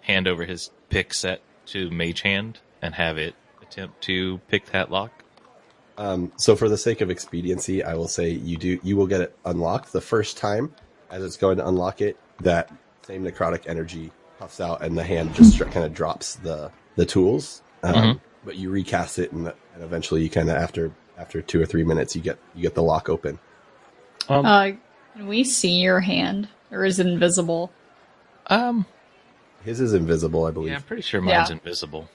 Speaker 6: hand over his pick set to Mage Hand and have it attempt to pick that lock.
Speaker 1: Um, so for the sake of expediency, I will say you do, you will get it unlocked the first time as it's going to unlock it. That same necrotic energy puffs out, and the hand just kind of drops the the tools. Um,
Speaker 6: Mhm.
Speaker 1: But you recast it, and, and eventually you kind of after after two or three minutes, you get you get the lock open.
Speaker 5: Um,
Speaker 2: Uh, can we see your hand, or is it invisible?
Speaker 6: Um.
Speaker 1: His is invisible, I believe.
Speaker 6: Yeah, I'm pretty sure mine's
Speaker 2: Yeah.
Speaker 6: invisible.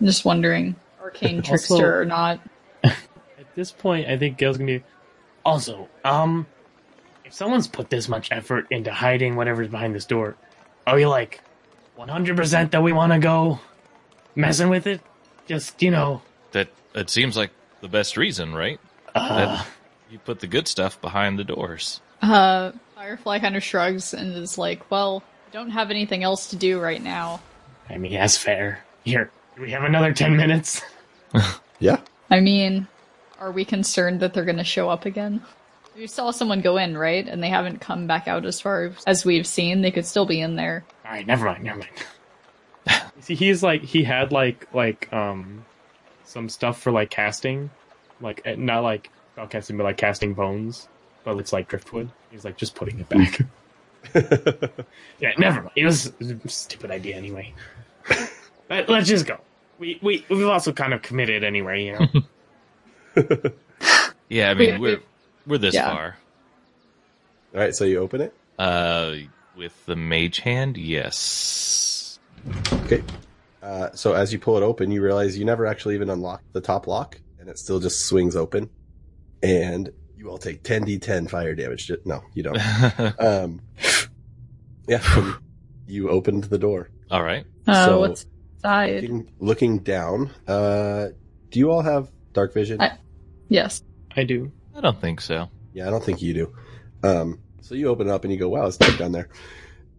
Speaker 2: I'm just wondering, arcane trickster
Speaker 5: Also-
Speaker 2: or not?
Speaker 5: at this point, I think Gail's gonna be.
Speaker 7: Also, um, if someone's put this much effort into hiding whatever's behind this door, are we like 100% that we want to go messing with it? Just, you know,
Speaker 6: That it seems like the best reason, right?
Speaker 7: uh,
Speaker 1: Uh.
Speaker 6: that you put the good stuff behind the doors.
Speaker 2: Uh, Firefly kind of shrugs and is like, "Well, I don't have anything else to do right now.
Speaker 7: I mean, that's fair. Here, do we have another 10 minutes?
Speaker 1: Yeah.
Speaker 2: I mean, are we concerned that they're going to show up again? You saw someone go in, right? And they haven't come back out as far as we've seen. They could still be in there.
Speaker 7: All right, never mind, never mind.
Speaker 5: See, he's like he had like like um some stuff for like casting, like eh, not like spell casting, but like casting bones, but it's like driftwood. He's like just putting it back.
Speaker 7: Yeah, never mind. It was a stupid idea anyway. Let, let's just go. We, we, we've also kind of committed anyway, you know.
Speaker 6: Yeah, I
Speaker 2: Wait,
Speaker 6: mean we're
Speaker 2: wait.
Speaker 6: we're this
Speaker 2: Yeah.
Speaker 6: far.
Speaker 1: All right, so you open it.
Speaker 6: Uh, with the mage hand, yes.
Speaker 1: Okay. Uh, so as you pull it open, you realize you never actually even unlocked the top lock, and it still just swings open. And you all take 10d10 fire damage. Ju- No, you don't. um, yeah, so you opened the door.
Speaker 6: All right.
Speaker 2: Uh,
Speaker 1: So-
Speaker 2: what's inside?
Speaker 1: Looking, looking down, uh, do you all have dark vision?
Speaker 2: I- Yes.
Speaker 5: I do.
Speaker 6: I don't think so.
Speaker 1: Yeah, I don't think you do. Um, so you open it up and you go, wow, it's dark down there.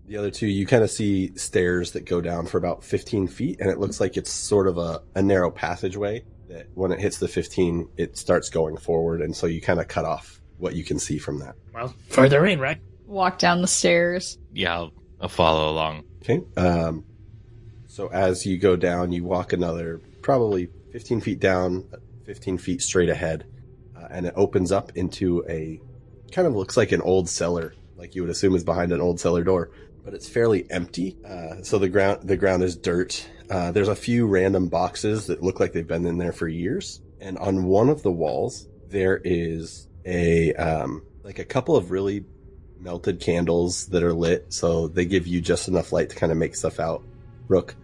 Speaker 1: The other two, you kind of see stairs that go down for about 15 feet, and it looks like it's sort of a, a narrow passageway that when it hits the 15, it starts going forward, and so you kind of cut off what you can see from that.
Speaker 7: well, further in, right?
Speaker 2: Walk down the stairs.
Speaker 6: Yeah, I'll, I'll follow along.
Speaker 1: Okay. Um, so as you go down, you walk another probably 15 feet down, 15 feet straight ahead, uh, and it opens up into a kind of looks like an old cellar, like you would assume is behind an old cellar door, but it's fairly empty. Uh, so the ground the ground is dirt. Uh, there's a few random boxes that look like they've been in there for years, and on one of the walls there is a um, like a couple of really melted candles that are lit, so they give you just enough light to kind of make stuff out, Rook.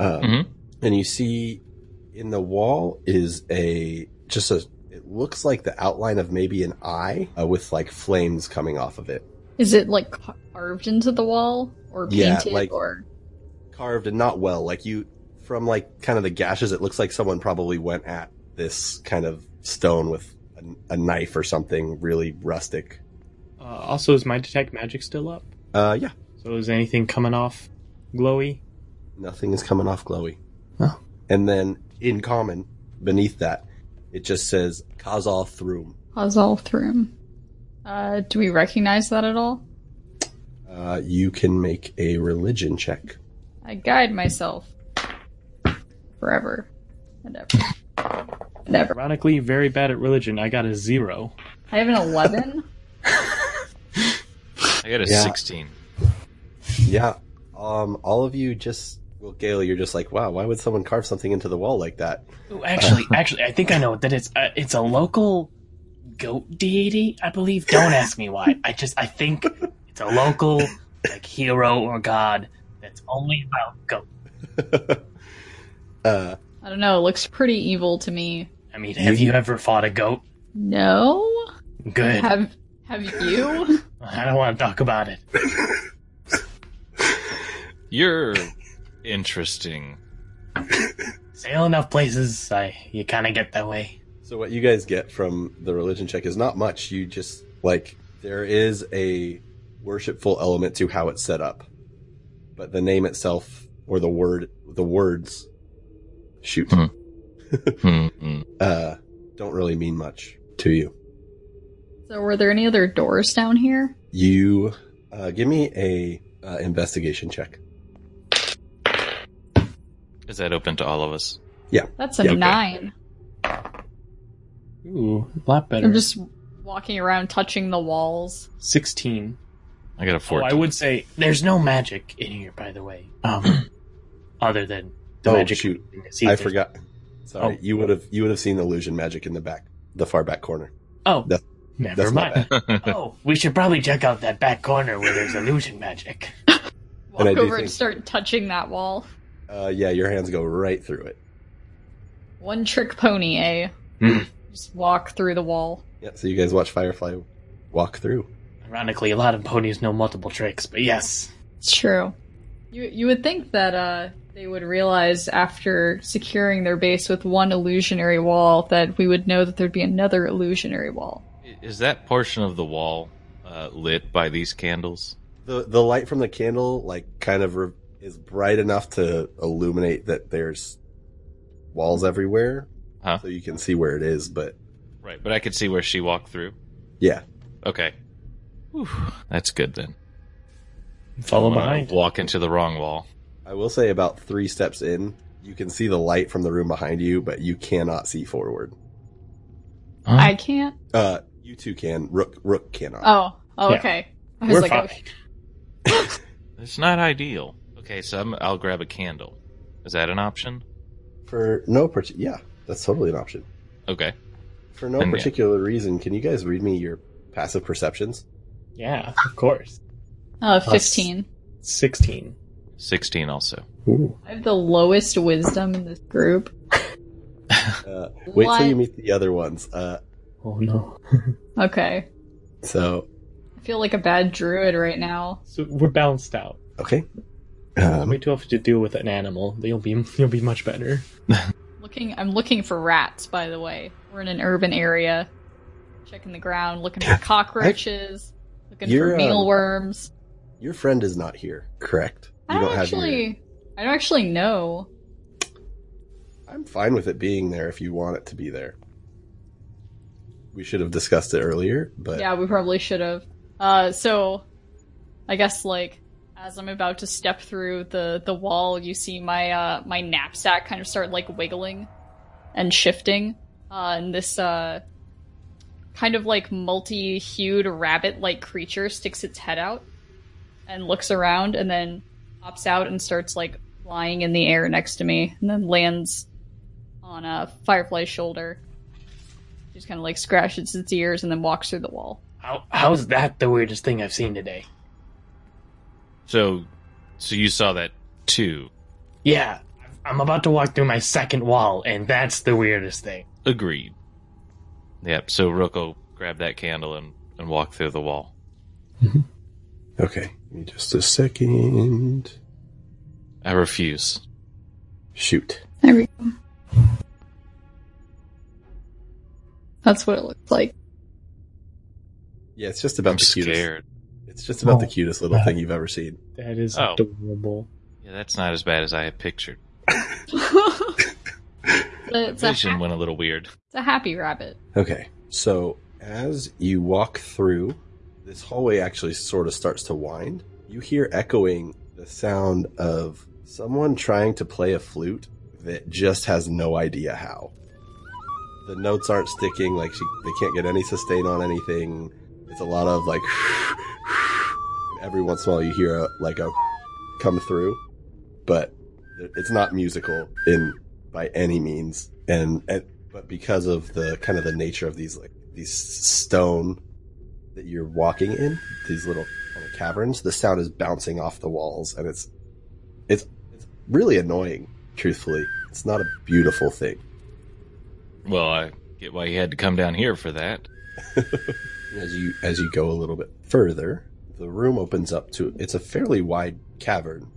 Speaker 1: Um,
Speaker 6: Mhm.
Speaker 1: And you see in the wall is a just a it looks like the outline of maybe an eye uh, with like flames coming off of it,
Speaker 2: Is it like ca- carved into the wall or
Speaker 1: Yeah,
Speaker 2: painted
Speaker 1: like-
Speaker 2: or?
Speaker 1: carved and not well. Like you from like kind of the gashes, it looks like someone probably went at this kind of stone with a, a knife or something really rustic.
Speaker 5: Uh, also, is my detect magic still up?
Speaker 1: Uh, yeah,
Speaker 5: So is anything coming off glowy?
Speaker 1: Nothing is coming off glowy.
Speaker 5: Oh.
Speaker 1: And then in common, beneath that, it just says Kazal Thrum.
Speaker 2: Puzzle through. Uh, do we recognize that at all?
Speaker 1: Uh, you can make a religion check.
Speaker 2: I guide myself forever and ever and ever.
Speaker 5: Ironically, very bad at religion. I got a zero.
Speaker 2: I have an eleven.
Speaker 6: I got a
Speaker 1: Yeah.
Speaker 6: sixteen.
Speaker 1: Yeah. Um, all of you just Well, Gail, you're just like, wow, why would someone carve something into the wall like that?
Speaker 7: Ooh, actually, actually, I think I know that it's uh, it's a local goat deity, I believe. Don't ask me why. I just I think it's a local like hero or god that's only about goat.
Speaker 1: Uh,
Speaker 2: I don't know. It looks pretty evil to me.
Speaker 7: I mean, have you ever fought a goat?
Speaker 2: No.
Speaker 7: Good.
Speaker 2: Have Have you?
Speaker 7: I don't want to talk about it.
Speaker 6: You're interesting.
Speaker 7: Sail enough places, I you kind of get that way.
Speaker 1: so what you guys get from the religion check is not much. You just like there is a worshipful element to how it's set up, but the name itself or the word, the words, shoot,
Speaker 6: Hmm. Hmm, hmm.
Speaker 1: uh, don't really mean much to you.
Speaker 2: so, were there any other doors down here?
Speaker 1: You uh, give me a uh, investigation check.
Speaker 6: Is that open to all of us?
Speaker 2: That's a
Speaker 1: Yeah, okay.
Speaker 2: nine.
Speaker 5: Ooh, a lot better.
Speaker 2: I'm just walking around, touching the walls.
Speaker 5: 16.
Speaker 6: I got a
Speaker 5: Oh,
Speaker 6: 14.
Speaker 5: I would say
Speaker 7: There's no magic in here, by the way. Um, other than the
Speaker 1: Oh,
Speaker 7: magic.
Speaker 1: shoot.
Speaker 7: See if
Speaker 1: I
Speaker 7: there's-
Speaker 1: forgot. Sorry,
Speaker 7: Oh.
Speaker 1: you would have you would have seen illusion magic in the back, the far back corner.
Speaker 7: Oh,
Speaker 1: That's-
Speaker 5: never
Speaker 1: That's
Speaker 5: mind.
Speaker 1: not bad.
Speaker 7: oh, we should probably check out that back corner where there's illusion magic.
Speaker 2: Walk
Speaker 1: And I do
Speaker 2: over and
Speaker 1: think-
Speaker 2: start touching that wall.
Speaker 1: Uh, yeah, your hands go right through it.
Speaker 2: One trick pony, eh?
Speaker 7: Hmm.
Speaker 2: Just walk through the wall.
Speaker 1: Yeah, so you guys watch Firefly walk through.
Speaker 7: Ironically, a lot of ponies know multiple tricks, but yes.
Speaker 2: It's true. You you would think that uh, they would realize after securing their base with one illusionary wall that we would know that there'd be another illusionary wall.
Speaker 6: Is that portion of the wall uh, lit by these candles?
Speaker 1: the The light from the candle, like, kind of re- is bright enough to illuminate that there's walls everywhere,
Speaker 6: Huh.
Speaker 1: so you can see where it is. But
Speaker 6: Right, but I could see where she walked through.
Speaker 1: yeah,
Speaker 6: Okay. Whew, that's good then.
Speaker 5: Follow
Speaker 6: Don't wanna
Speaker 5: behind.
Speaker 6: Walk into the wrong wall.
Speaker 1: I will say about three steps in, you can see the light from the room behind you, but you cannot see forward.
Speaker 2: I can't.
Speaker 1: Uh, you two can. Rook, Rook cannot.
Speaker 2: Oh, oh
Speaker 5: Yeah.
Speaker 2: okay. I was
Speaker 5: We're
Speaker 2: like,
Speaker 5: fine.
Speaker 2: oh,
Speaker 6: It's not ideal. Okay, so I'm, I'll grab a candle. Is that an option?
Speaker 1: For no part- yeah, that's totally an option.
Speaker 6: Okay.
Speaker 1: For no
Speaker 6: And yeah.
Speaker 1: particular reason, can you guys read me your passive perceptions?
Speaker 5: Yeah, of course.
Speaker 2: uh, fifteen.
Speaker 5: 16.
Speaker 6: 16 also.
Speaker 5: Ooh.
Speaker 2: I have the lowest wisdom in this group.
Speaker 1: Uh, wait till you
Speaker 2: What?
Speaker 1: meet the other ones. Uh,
Speaker 5: Oh no.
Speaker 2: Okay,
Speaker 1: so
Speaker 2: I feel like a bad druid right now.
Speaker 5: So we're balanced out.
Speaker 1: okay, um,
Speaker 5: Wait till I have to deal with an animal. You'll be you'll be much better.
Speaker 2: Looking, I'm looking for rats. By the way, we're in an urban area. Checking the ground, looking for cockroaches, looking
Speaker 1: You're,
Speaker 2: for
Speaker 1: um,
Speaker 2: mealworms.
Speaker 1: your friend is not here, correct?
Speaker 2: I don't, actually. I don't actually know.
Speaker 1: I'm fine with it being there if you want it to be there. We should have discussed it earlier, but
Speaker 2: Yeah, we probably should have. Uh, so, I guess like as I'm about to step through the the wall, you see my uh my knapsack kind of start like wiggling and shifting, uh, and this uh kind of like multi-hued rabbit-like creature sticks its head out and looks around, and then pops out and starts like flying in the air next to me, and then lands on uh, Firefly's shoulder. Just kind of like scratches its ears and then walks through the wall.
Speaker 7: How, how's that the weirdest thing I've seen today?
Speaker 6: So, so you saw that too.
Speaker 7: Yeah, I'm about to walk through my second wall, and that's the weirdest thing.
Speaker 6: Agreed. Yep, so Roko grab that candle and, and walk through the wall.
Speaker 1: okay. Give me just a second.
Speaker 6: I refuse.
Speaker 1: Shoot.
Speaker 2: There we go. That's what it looks like.
Speaker 1: Yeah, it's just about
Speaker 6: I'm
Speaker 1: the cutest.
Speaker 6: scared.
Speaker 1: It's just about the
Speaker 5: Oh.
Speaker 1: cutest little thing you've ever seen.
Speaker 5: That is
Speaker 6: Oh.
Speaker 5: adorable.
Speaker 6: Yeah, that's not as bad as I had pictured.
Speaker 2: it's, a
Speaker 6: Vision
Speaker 2: ha-
Speaker 6: went a little weird.
Speaker 2: it's a happy rabbit.
Speaker 1: Okay. So as you walk through, this hallway actually sort of starts to wind. You hear echoing the sound of someone trying to play a flute that just has no idea how. The notes aren't sticking, like she, they can't get any sustain on anything. It's a lot of like every once in a while you hear a, like a come through, but It's not musical in by any means, and, and but because of the kind of the nature of these like these stone that you're walking in, these little kind of caverns, the sound is bouncing off the walls, and it's it's it's really annoying. Truthfully, it's not a beautiful thing.
Speaker 6: Well, I get why he had to come down here for that.
Speaker 1: As you as you go a little bit further, the room opens up to it's a fairly wide cavern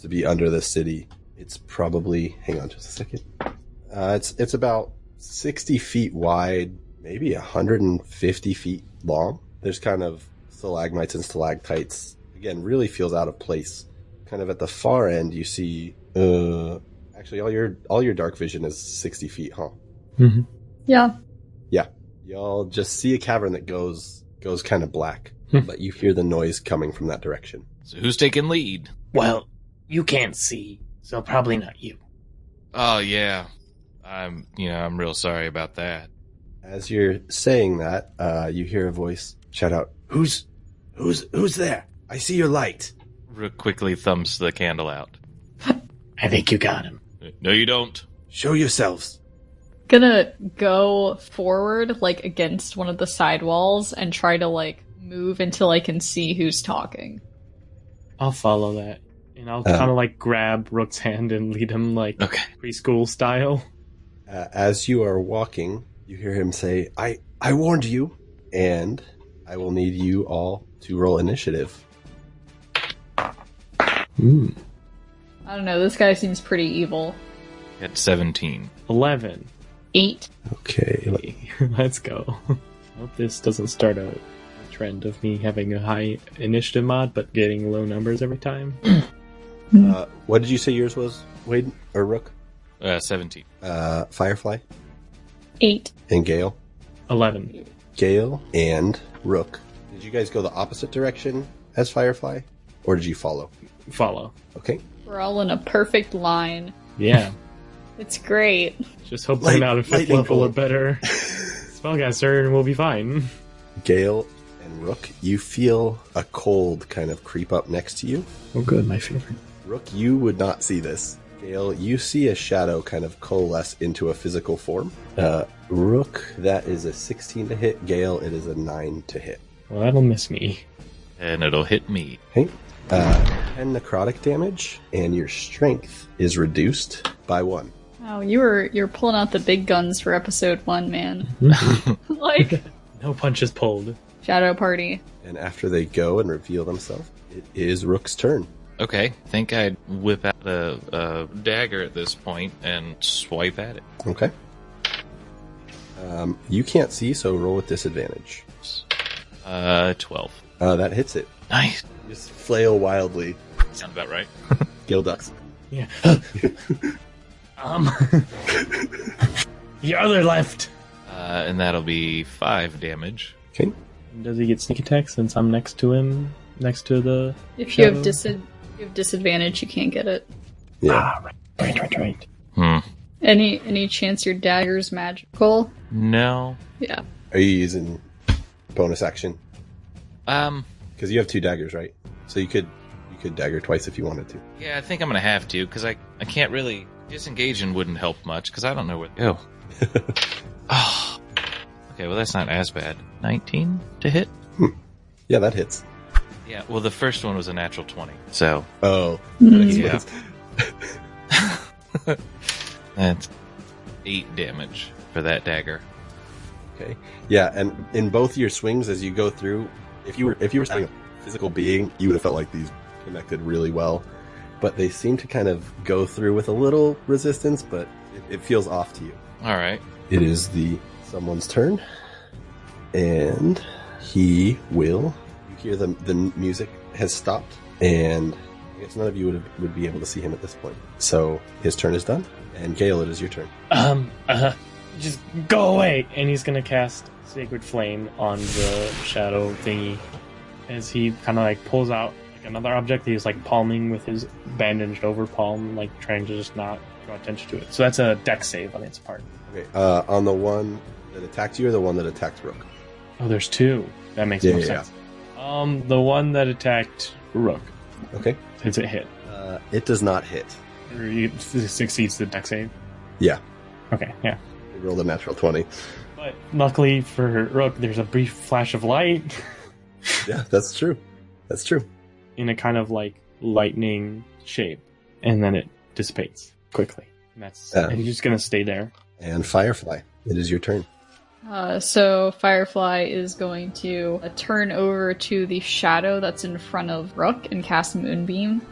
Speaker 1: to be under the city. It's probably hang on just a second. Uh, it's it's about sixty feet wide, maybe hundred and fifty feet long. There's kind of stalagmites and stalactites. Again, really feels out of place. Kind of at the far end, you see. Uh, actually, all your all your dark vision is sixty feet, huh?
Speaker 2: Yeah.
Speaker 1: Y'all just see a cavern that goes goes kind of black,
Speaker 5: Hmm.
Speaker 1: but you hear the noise coming from that direction.
Speaker 6: So who's taking lead?
Speaker 7: Well, you can't see, so probably not you.
Speaker 6: Oh yeah, I'm. You know, I'm real sorry about that.
Speaker 1: As you're saying that, uh, you hear a voice shout out, "Who's, who's, who's there? I see your light."
Speaker 6: Rook quickly thumbs the candle out.
Speaker 7: I think you got him.
Speaker 6: No, you don't.
Speaker 1: Show yourselves.
Speaker 2: Gonna go forward, like against one of the side walls, and try to like move until I can see who's talking.
Speaker 5: I'll follow that. And I'll
Speaker 1: Uh.
Speaker 5: kind of like grab Rook's hand and lead him like
Speaker 6: Okay.
Speaker 5: preschool style.
Speaker 1: Uh, as you are walking, you hear him say, "I, I warned you," and I will need you all to roll initiative.
Speaker 2: I don't know. This guy seems pretty evil.
Speaker 6: At seventeen.
Speaker 5: 11.
Speaker 2: Eight.
Speaker 1: Okay, let-
Speaker 5: Let's go. Hope this doesn't start a trend of me having a high initiative mod but getting low numbers every time.
Speaker 1: uh, what did you say yours was, Wade or Rook?
Speaker 6: Uh, seventeen.
Speaker 1: Uh, Firefly
Speaker 2: Eight.
Speaker 1: and Gale.
Speaker 5: 11.
Speaker 1: Gale and Rook. Did you guys go the opposite direction as Firefly, or did you follow?
Speaker 5: Follow.
Speaker 1: Okay.
Speaker 2: We're all in a perfect line.
Speaker 5: Yeah.
Speaker 2: It's great.
Speaker 5: Just hope
Speaker 1: Light-
Speaker 5: they're not a fifth
Speaker 1: lightning
Speaker 5: level or
Speaker 1: bolt.
Speaker 5: better. Spellcaster and we'll be fine.
Speaker 1: Gale and Rook, you feel a cold kind of creep up next to you.
Speaker 5: Oh good, my favorite.
Speaker 1: Rook, you would not see this. Gale, you see a shadow kind of coalesce into a physical form. Uh, Rook, that is a 16 to hit. Gale, it is a 9 to hit.
Speaker 5: Well, that'll miss me.
Speaker 6: And it'll hit me.
Speaker 1: Okay. Uh, 10 necrotic damage, and your strength is reduced by 1.
Speaker 2: Wow, you were you're pulling out the big guns for episode one, man. like
Speaker 5: No punches pulled.
Speaker 2: Shadow Party.
Speaker 1: And after they go and reveal themselves, it is Rook's turn.
Speaker 6: Okay. Think I'd whip out a, a dagger at this point and swipe at it.
Speaker 1: Okay. Um, you can't see, so roll with disadvantage.
Speaker 6: Uh, twelve.
Speaker 1: Uh, that hits it.
Speaker 6: Nice.
Speaker 1: Just flail wildly.
Speaker 6: Sounds about right.
Speaker 1: Gale ducks.
Speaker 5: Yeah.
Speaker 7: Um, your other left.
Speaker 6: Uh, and that'll be five damage.
Speaker 1: Okay.
Speaker 5: Does he get sneak attack since I'm next to him? Next to the.
Speaker 2: If you have
Speaker 5: Shadow?
Speaker 2: dis you have disadvantage, you can't get it.
Speaker 1: Yeah.
Speaker 5: Right, right, right.
Speaker 6: Hmm.
Speaker 2: Any any chance your dagger's magical?
Speaker 6: No.
Speaker 2: Yeah.
Speaker 1: Are you using bonus action?
Speaker 6: Um.
Speaker 1: Because you have two daggers, right? So you could you could dagger twice if you wanted to.
Speaker 6: Yeah, I think I'm gonna have to because I I can't really disengaging wouldn't help much because I don't know where to go. oh. Okay, well that's not as bad. 19 to hit.
Speaker 1: Yeah, that hits.
Speaker 6: Yeah. Well, the first one was a natural 20, so
Speaker 1: Oh,
Speaker 6: yeah, that's eight damage for that dagger.
Speaker 1: okay. Yeah, and in both your swings as you go through, if you were if you were swinging a physical being, you would have felt like these connected really well. But they seem to kind of go through with a little resistance, but it, it feels off to you.
Speaker 6: All right.
Speaker 1: It is the someone's turn, and he will. You hear the the music has stopped, and I guess none of you would have, would be able to see him at this point. So his turn is done, and Gale, it is your turn.
Speaker 5: Um, uh, just go away! And he's gonna cast Sacred Flame on the shadow thingy as he kind of like pulls out like another object that he's like palming with his bandaged over palm, like trying to just not draw attention to it. So that's a deck save on its part.
Speaker 1: Okay, uh, on the one that attacked you, or the one that attacked Rook.
Speaker 5: Oh, there's two. That makes
Speaker 1: Yeah,
Speaker 5: more
Speaker 1: yeah,
Speaker 5: sense. Um, the one that attacked Rook.
Speaker 1: Okay,
Speaker 5: It's a hit.
Speaker 1: uh, it does not hit.
Speaker 5: Or it succeeds the deck save.
Speaker 1: Yeah,
Speaker 5: Okay, yeah.
Speaker 1: I rolled a natural twenty.
Speaker 5: But luckily for Rook, there's a brief flash of light
Speaker 1: Yeah, that's true. That's true.
Speaker 5: in a kind of like lightning shape, and then it dissipates quickly. And that's
Speaker 1: Yeah.
Speaker 5: and he's just gonna stay there.
Speaker 1: And Firefly, it is your turn.
Speaker 2: Uh, so Firefly is going to uh, turn over to the shadow that's in front of Rook and cast Moonbeam.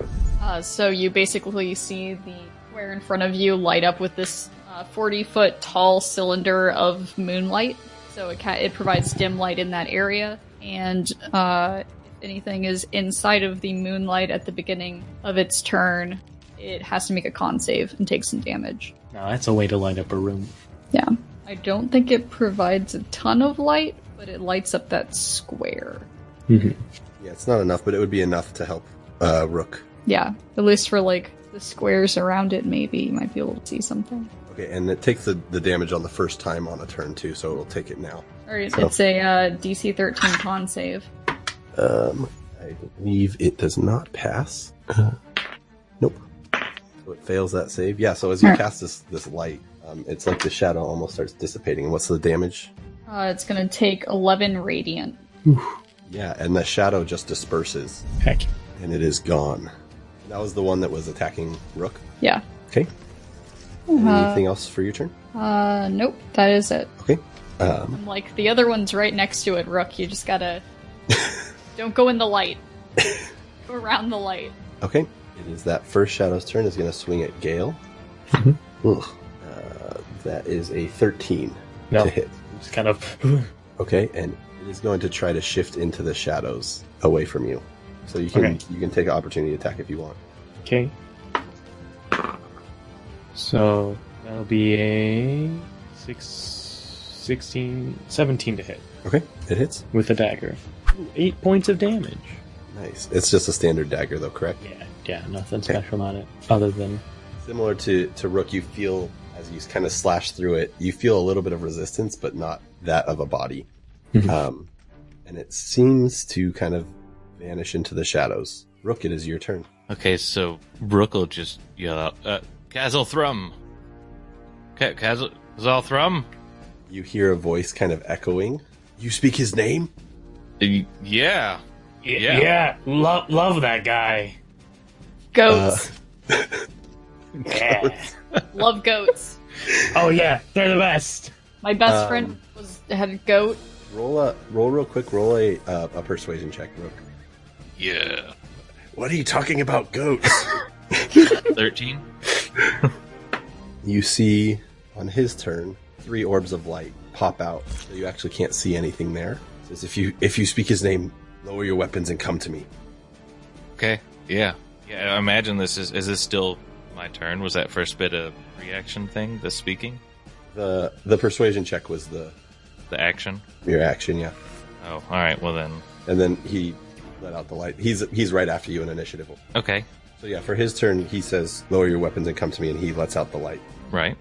Speaker 2: Uh, so you basically see the square in front of you light up with this uh, 40 foot tall cylinder of moonlight. So it, ca- it provides dim light in that area. And uh, if anything is inside of the moonlight at the beginning of its turn, it has to make a con save and take some damage.
Speaker 7: Now that's a way to light up a room.
Speaker 2: Yeah. I don't think it provides a ton of light, but it lights up that square.
Speaker 1: Yeah, it's not enough, but it would be enough to help uh, Rook.
Speaker 2: Yeah. At least for like the squares around it, maybe you might be able to see something.
Speaker 1: Okay, and it takes the, the damage on the first time on a turn too, so it'll take it now.
Speaker 2: All right,
Speaker 1: So-
Speaker 2: it's a uh, DC 13 con save.
Speaker 1: Um, I believe it does not pass. Uh, nope. So it fails that save. Yeah. So as you
Speaker 2: Alright.
Speaker 1: cast this this light, um, it's like the shadow almost starts dissipating. What's the damage?
Speaker 2: Uh, it's going to take 11 radiant.
Speaker 1: Yeah, and the shadow just disperses
Speaker 5: Heck.
Speaker 1: and it is gone. That was the one that was attacking Rook.
Speaker 2: Yeah.
Speaker 1: Okay.
Speaker 2: Mm-hmm.
Speaker 1: Anything else for your turn?
Speaker 2: Uh, nope, that is it.
Speaker 1: Okay. Um,
Speaker 2: Like the other one's right next to it, Rook. You just gotta. don't go in the light. go around the light.
Speaker 1: okay. It is that first shadow's turn. Is going to swing at Gale.
Speaker 5: Mm-hmm.
Speaker 1: Ugh. Uh, that is a thirteen
Speaker 5: No.
Speaker 1: to hit.
Speaker 5: Just kind of
Speaker 1: Okay, and it is going to try to shift into the shadows away from you. So you can
Speaker 5: Okay.
Speaker 1: you can take an opportunity attack if you want.
Speaker 5: Okay. So that'll be a six, 16, 17 to hit
Speaker 1: Okay, it hits.
Speaker 5: with a dagger. Ooh, Eight points of damage.
Speaker 1: Nice. It's just a standard dagger though, correct?
Speaker 7: Yeah, yeah, nothing special on it other than
Speaker 1: Similar to to Rook, you feel as you kind of slash through it, you feel a little bit of resistance, but not that of a body. um, and it seems to kind of vanish into the shadows. Rook, it is your turn.
Speaker 6: Okay, so Rook will just yell out, uh, Castle Thrum! Ca- Castle Castle Thrum?
Speaker 1: You hear a voice kind of echoing. You speak his name?
Speaker 6: Y- Yeah.
Speaker 7: Y-
Speaker 6: Yeah.
Speaker 7: yeah, love love that guy.
Speaker 2: Goats.
Speaker 7: Yeah.
Speaker 2: Love goats.
Speaker 7: oh yeah, they're the best.
Speaker 2: My best
Speaker 1: Um,
Speaker 2: friend was had a goat.
Speaker 1: Roll a roll real quick. Roll a uh, a persuasion check, Rook.
Speaker 6: Yeah.
Speaker 1: What are you talking about, goats?
Speaker 6: 13?
Speaker 1: you see on his turn three orbs of light pop out, so you actually can't see anything there. It says if you if you speak his name, lower your weapons and come to me.
Speaker 6: Okay. Yeah. Yeah, I imagine this is. Is this still my turn? Was that first bit a reaction thing? The speaking?
Speaker 1: The the persuasion check was the
Speaker 6: The action?
Speaker 1: your action, yeah.
Speaker 6: Oh, alright, well then.
Speaker 1: And then he let out the light. He's he's right after you in initiative.
Speaker 6: Okay.
Speaker 1: So yeah, for his turn, he says lower your weapons and come to me, and he lets out the light.
Speaker 6: Right.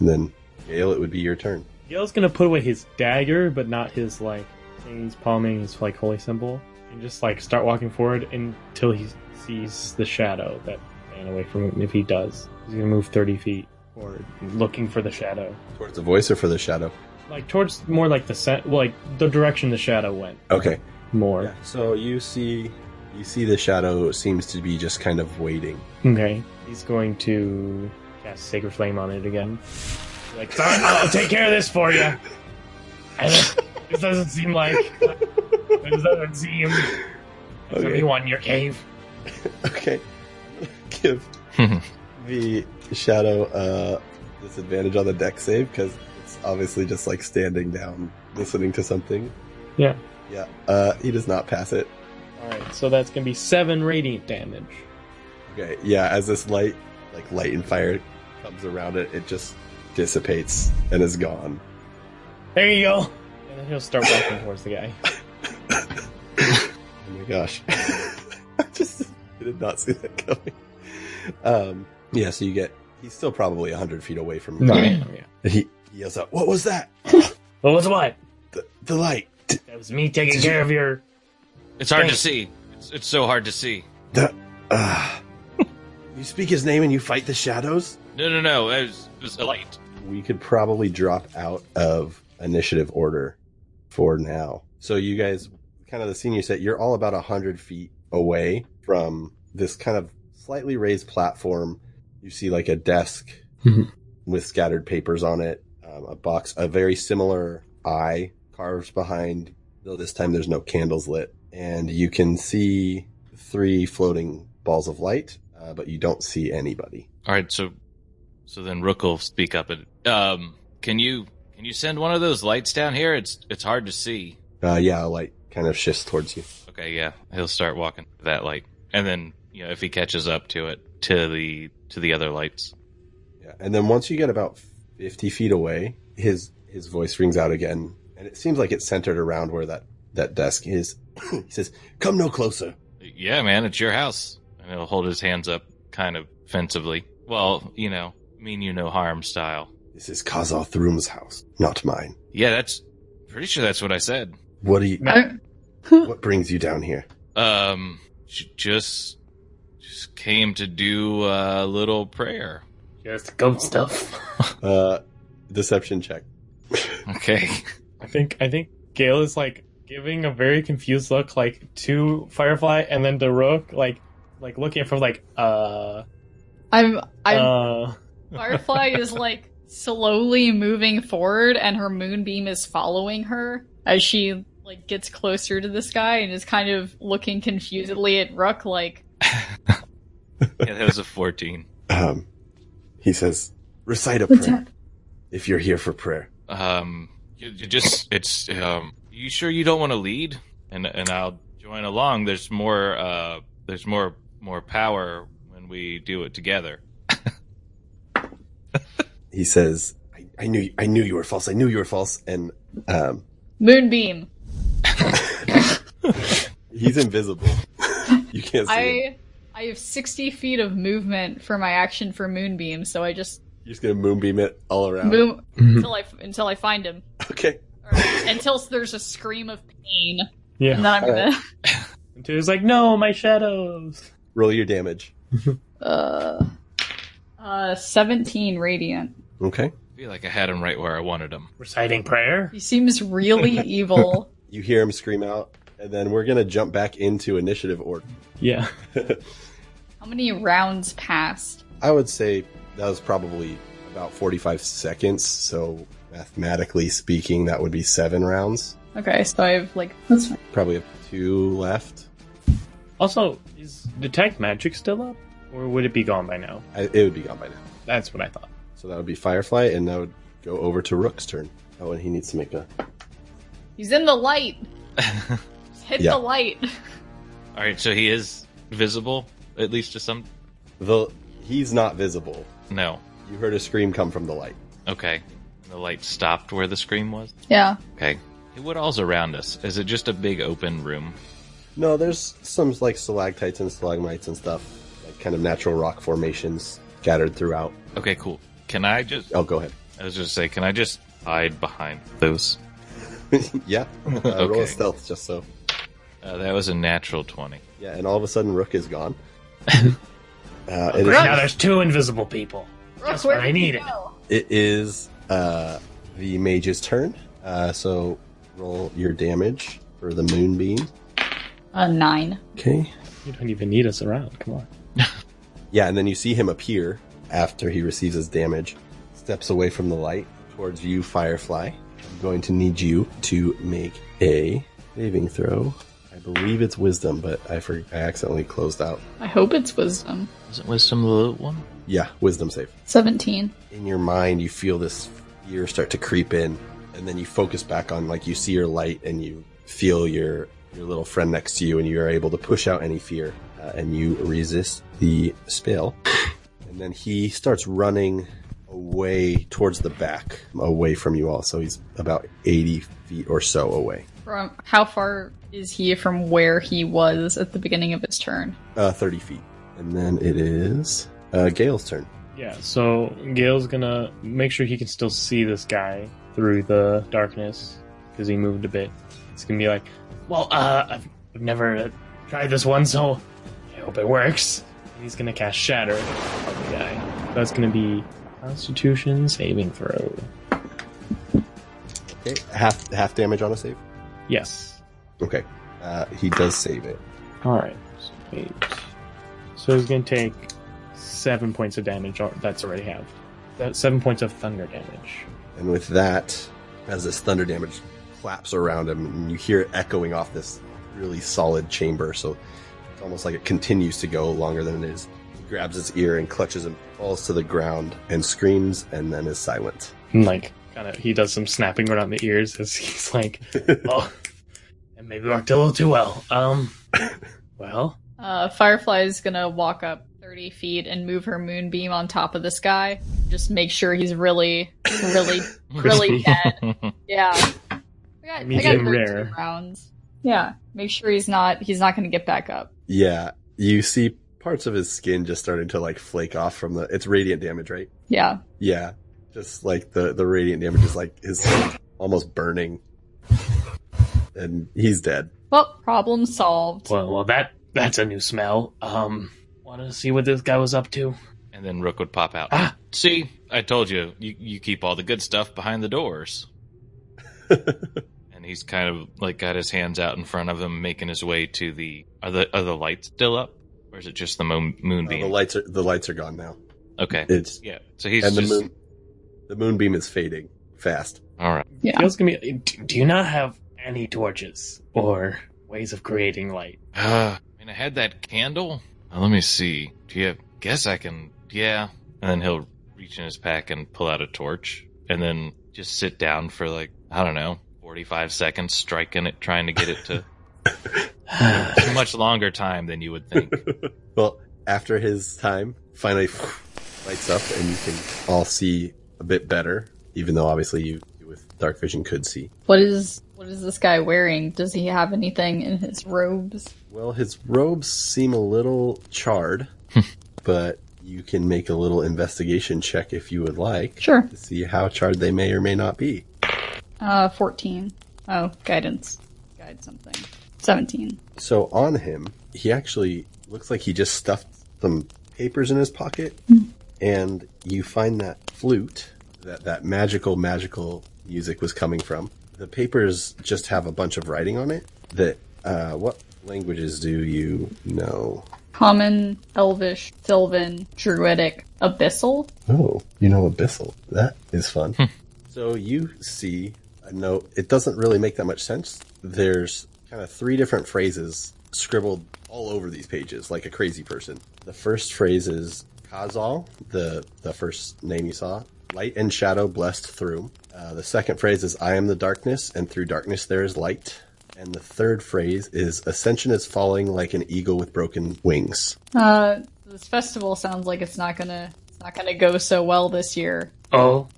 Speaker 1: And then Gale, it would be your turn.
Speaker 5: Gale's gonna put away his dagger, but not his like thing he's palming his like holy symbol, and just like start walking forward until he sees the shadow that ran away from him. If he does, he's gonna move thirty feet forward, looking for the shadow,
Speaker 1: Towards the voice or for the shadow?
Speaker 5: like towards more like the set, like the direction the shadow went.
Speaker 1: Okay.
Speaker 5: More
Speaker 1: Yeah, so you see, you see the shadow seems to be just kind of waiting.
Speaker 5: okay. He's going to cast Sacred Flame on it again. Like, sorry, I'll take care of this for you. And it- this doesn't seem like. This doesn't seem.
Speaker 1: Okay.
Speaker 5: Okay. You want your cave?
Speaker 1: Okay, give the shadow uh, disadvantage on the deck save because it's obviously just like standing down, listening to something.
Speaker 5: Yeah.
Speaker 1: Yeah. Uh, he does not pass it.
Speaker 5: All right, so that's gonna be seven radiant damage.
Speaker 1: Okay. Yeah. As this light, like light and fire, comes around it, it just dissipates and is gone.
Speaker 5: There you go. And then he'll start walking towards the guy.
Speaker 1: Oh my gosh. I just I did not see that coming. Um, yeah, so you get, he's still probably 100 feet away from you. He, he yells out, What was that?
Speaker 7: What was what?
Speaker 1: The, the light. D-
Speaker 7: That was me taking care of your.
Speaker 6: It's hard to
Speaker 7: Thanks.
Speaker 6: see. It's, it's so hard to see.
Speaker 1: the, ah." You speak his name and you fight the shadows?
Speaker 6: No, no, no. It was, it was a light.
Speaker 1: We could probably drop out of initiative order for now. So you guys, kind of the scene you set, you're all about 100 feet away from this kind of slightly raised platform. You see like a desk
Speaker 5: Mhm.
Speaker 1: with scattered papers on it, um, a box, a very similar eye carved behind, though this time there's no candles lit. And you can see three floating balls of light, uh, but you don't see anybody.
Speaker 6: All right, so so then Rook will speak up and um, can you can you send one of those lights down here? It's it's hard to see.
Speaker 1: Uh, yeah, a light kind of shifts towards you.
Speaker 6: Okay, yeah, he'll start walking to that light, and then you know if he catches up to it to the to the other lights.
Speaker 1: Yeah, and then once you get about fifty feet away, his his voice rings out again, and it seems like it's centered around where that that desk is. he says, "Come no closer."
Speaker 6: Yeah, man, it's your house, and he'll hold his hands up kind of offensively. Well, you know, mean you no harm style.
Speaker 1: This is Kazoth the Room's house, not mine.
Speaker 6: Yeah, that's pretty sure that's what I said.
Speaker 1: What do you?
Speaker 2: I-
Speaker 1: What brings you down here?
Speaker 6: Um, j- just just came to do a little prayer.
Speaker 7: Just ghost stuff.
Speaker 1: Uh, deception check.
Speaker 6: Okay.
Speaker 5: I think I think Gail is like giving a very confused look like to Firefly and then to Rook, like like looking from like uh
Speaker 2: I'm. I'm.
Speaker 5: uh
Speaker 2: Firefly is like slowly moving forward, and her moonbeam is following her as she like gets closer to this guy and is kind of looking confusedly at Rook, like,
Speaker 6: Yeah, that was a 14.
Speaker 1: Um, he says, "Recite a prayer if you're here for prayer."
Speaker 6: Um, you, you just, it's, um, you sure you don't want to lead? And, and I'll join along. There's more, uh, there's more, more power when we do it together.
Speaker 1: He says, "I, I knew, I knew you were false. I knew you were false." And um,
Speaker 2: "Moonbeam,
Speaker 1: he's invisible. you can't see. him.
Speaker 2: I I have sixty feet of movement for my action for moonbeam, so I just
Speaker 1: You're just gonna moonbeam it all around.
Speaker 2: move until I until I find him,
Speaker 1: Okay.
Speaker 2: or until there's a scream of pain, and
Speaker 5: Yeah.
Speaker 2: then I'm gonna.
Speaker 5: And Two's like, no, my shadows.
Speaker 1: Roll your damage.
Speaker 2: Uh, uh, seventeen radiant.
Speaker 1: Okay.
Speaker 6: I feel like I had him right where I wanted him.
Speaker 7: Reciting prayer.
Speaker 2: He seems really evil.
Speaker 1: You hear him scream out, and then we're gonna jump back into initiative order.
Speaker 5: Yeah.
Speaker 2: How many rounds passed?
Speaker 1: I would say that was probably about 45 seconds, so mathematically speaking, that would be seven rounds.
Speaker 2: Okay, so I have like that's fine.
Speaker 1: Probably have two left.
Speaker 5: Also, is detect magic still up? Or would it be gone by now?
Speaker 1: I, it would be gone by now.
Speaker 5: That's what I thought.
Speaker 1: So that would be Firefly, and that would go over to Rook's turn. Oh, and he needs to make a.
Speaker 2: He's in the light. Just hit
Speaker 1: Yeah.
Speaker 2: the light.
Speaker 6: All right. So he is visible, at least to some.
Speaker 1: The he's not visible.
Speaker 6: No.
Speaker 1: You heard a scream come from the light.
Speaker 6: Okay. The light stopped where the scream was.
Speaker 2: Yeah.
Speaker 6: Okay. What all's around us? Is it just a big open room?
Speaker 1: No, there's some like stalactites and stalagmites and stuff, like kind of natural rock formations scattered throughout.
Speaker 6: Okay, cool. Can I just,
Speaker 1: Oh, go ahead.
Speaker 6: I was just say, can I just hide behind those?
Speaker 1: yeah, uh, roll a
Speaker 6: Okay.
Speaker 1: stealth just so.
Speaker 6: Uh, that was a natural 20.
Speaker 1: Yeah, and all of a sudden Rook is gone. uh, it, is,
Speaker 7: Now there's two invisible people.
Speaker 2: Rook,
Speaker 7: That's
Speaker 2: where
Speaker 7: what I
Speaker 2: did he
Speaker 7: needed.
Speaker 2: go?
Speaker 1: it is uh, the mage's turn. Uh, so roll your damage for the moonbeam.
Speaker 2: A Uh, nine.
Speaker 1: Okay.
Speaker 5: You don't even need us around. Come on.
Speaker 1: Yeah, and then you see him appear after he receives his damage, steps away from the light towards you, Firefly. I'm going to need you to make a saving throw. I believe it's wisdom, but I, for- I accidentally closed out.
Speaker 2: I hope it's wisdom.
Speaker 6: Was it wisdom the little one?
Speaker 1: Yeah, wisdom save.
Speaker 2: Seventeen.
Speaker 1: In your mind, you feel this fear start to creep in, and then you focus back on like you see your light and you feel your your little friend next to you, and you are able to push out any fear, uh, and you resist the spell. And then he starts running away towards the back, away from you all. So he's about 80 feet or so away,
Speaker 2: From how far is he from where he was at the beginning of his turn?
Speaker 1: uh, 30 feet. And then it is uh, Gale's turn.
Speaker 5: Yeah, so Gail's gonna make sure he can still see this guy through the darkness because he moved a bit. It's gonna be like,
Speaker 7: Well, uh, I've, I've never uh, tried this one, so I hope it works.
Speaker 5: He's gonna cast Shatter. on the guy. That's gonna be Constitution saving throw.
Speaker 1: Okay, half half damage on a save.
Speaker 5: Yes.
Speaker 1: Okay, uh, he does save it.
Speaker 5: All right. So, eight. so he's gonna take seven points of damage. al- That's already halved. That's seven points of thunder damage.
Speaker 1: And with that, as this thunder damage claps around him, and you hear it echoing off this really solid chamber, so it's almost like it continues to go longer than it is. He grabs his ear and clutches and falls to the ground and screams and then is silent.
Speaker 5: And like, kind of, he does some snapping around the ears as he's like, "Oh,
Speaker 7: It maybe worked a little too well. Um, well,
Speaker 2: Uh, Firefly is gonna walk up 30 feet and move her moonbeam on top of this guy. Just make sure he's really, really, really dead. Yeah. I got, I got
Speaker 5: Medium
Speaker 2: 13
Speaker 5: rare.
Speaker 2: rounds. Yeah. Make sure he's not, he's not gonna get back up.
Speaker 1: Yeah, you see parts of his skin just starting to like flake off from the. It's radiant damage, right?
Speaker 2: Yeah.
Speaker 1: Yeah, just like the the radiant damage is like is almost burning, and he's dead.
Speaker 2: Well, problem solved.
Speaker 7: well, well. That that's a new smell. Um, want to see what this guy was up to?
Speaker 6: And then Rook would pop out.
Speaker 7: Ah.
Speaker 6: See, I told you, you, you keep all the good stuff behind the doors. and he's kind of like got his hands out in front of him, making his way to the. Are the, are the lights still up? Or is it just the moon,
Speaker 1: Uh,
Speaker 6: moonbeam?
Speaker 1: the lights are the lights are gone now.
Speaker 6: okay.
Speaker 1: It's
Speaker 6: Yeah. So he's
Speaker 1: and the
Speaker 6: just.
Speaker 1: moon the moonbeam is fading fast.
Speaker 6: All right.
Speaker 2: Yeah.
Speaker 7: Gil's gonna be. Do, do you not have any torches or ways of creating light?
Speaker 6: Uh, I mean, I had that candle. Uh, let me see. Do you guess I can? Yeah. And then he'll reach in his pack and pull out a torch, and then just sit down for like I don't know, forty-five seconds, striking it, trying to get it to a much longer time than you would think.
Speaker 1: Well, after his time, finally lights up, and you can all see a bit better. Even though obviously you with dark vision could see.
Speaker 2: What is, what is this guy wearing? Does he have anything in his robes?
Speaker 1: Well, his robes seem a little charred, but you can make a little investigation check if you would like
Speaker 2: Sure.
Speaker 1: to see how charred they may or may not be.
Speaker 2: Uh, 14. Oh, guidance. Guide something. 17.
Speaker 1: So on him, he actually looks like he just stuffed some papers in his pocket, and you find that flute that that magical magical music was coming from. The papers just have a bunch of writing on it. That uh, what languages do you know?
Speaker 2: Common, Elvish, Sylvan, Druidic, Abyssal.
Speaker 1: Oh, you know abyssal. That is fun. so you see a note. It doesn't really make that much sense. There's kind of three different phrases scribbled all over these pages, like a crazy person. The first phrase is Kazal, the the first name you saw. Light and shadow blessed through. Uh, the second phrase is I am the darkness, and through darkness there is light. And the third phrase is Ascension is falling like an eagle with broken wings.
Speaker 2: Uh, this festival sounds like it's not gonna it's not gonna go so well this year.
Speaker 7: Oh,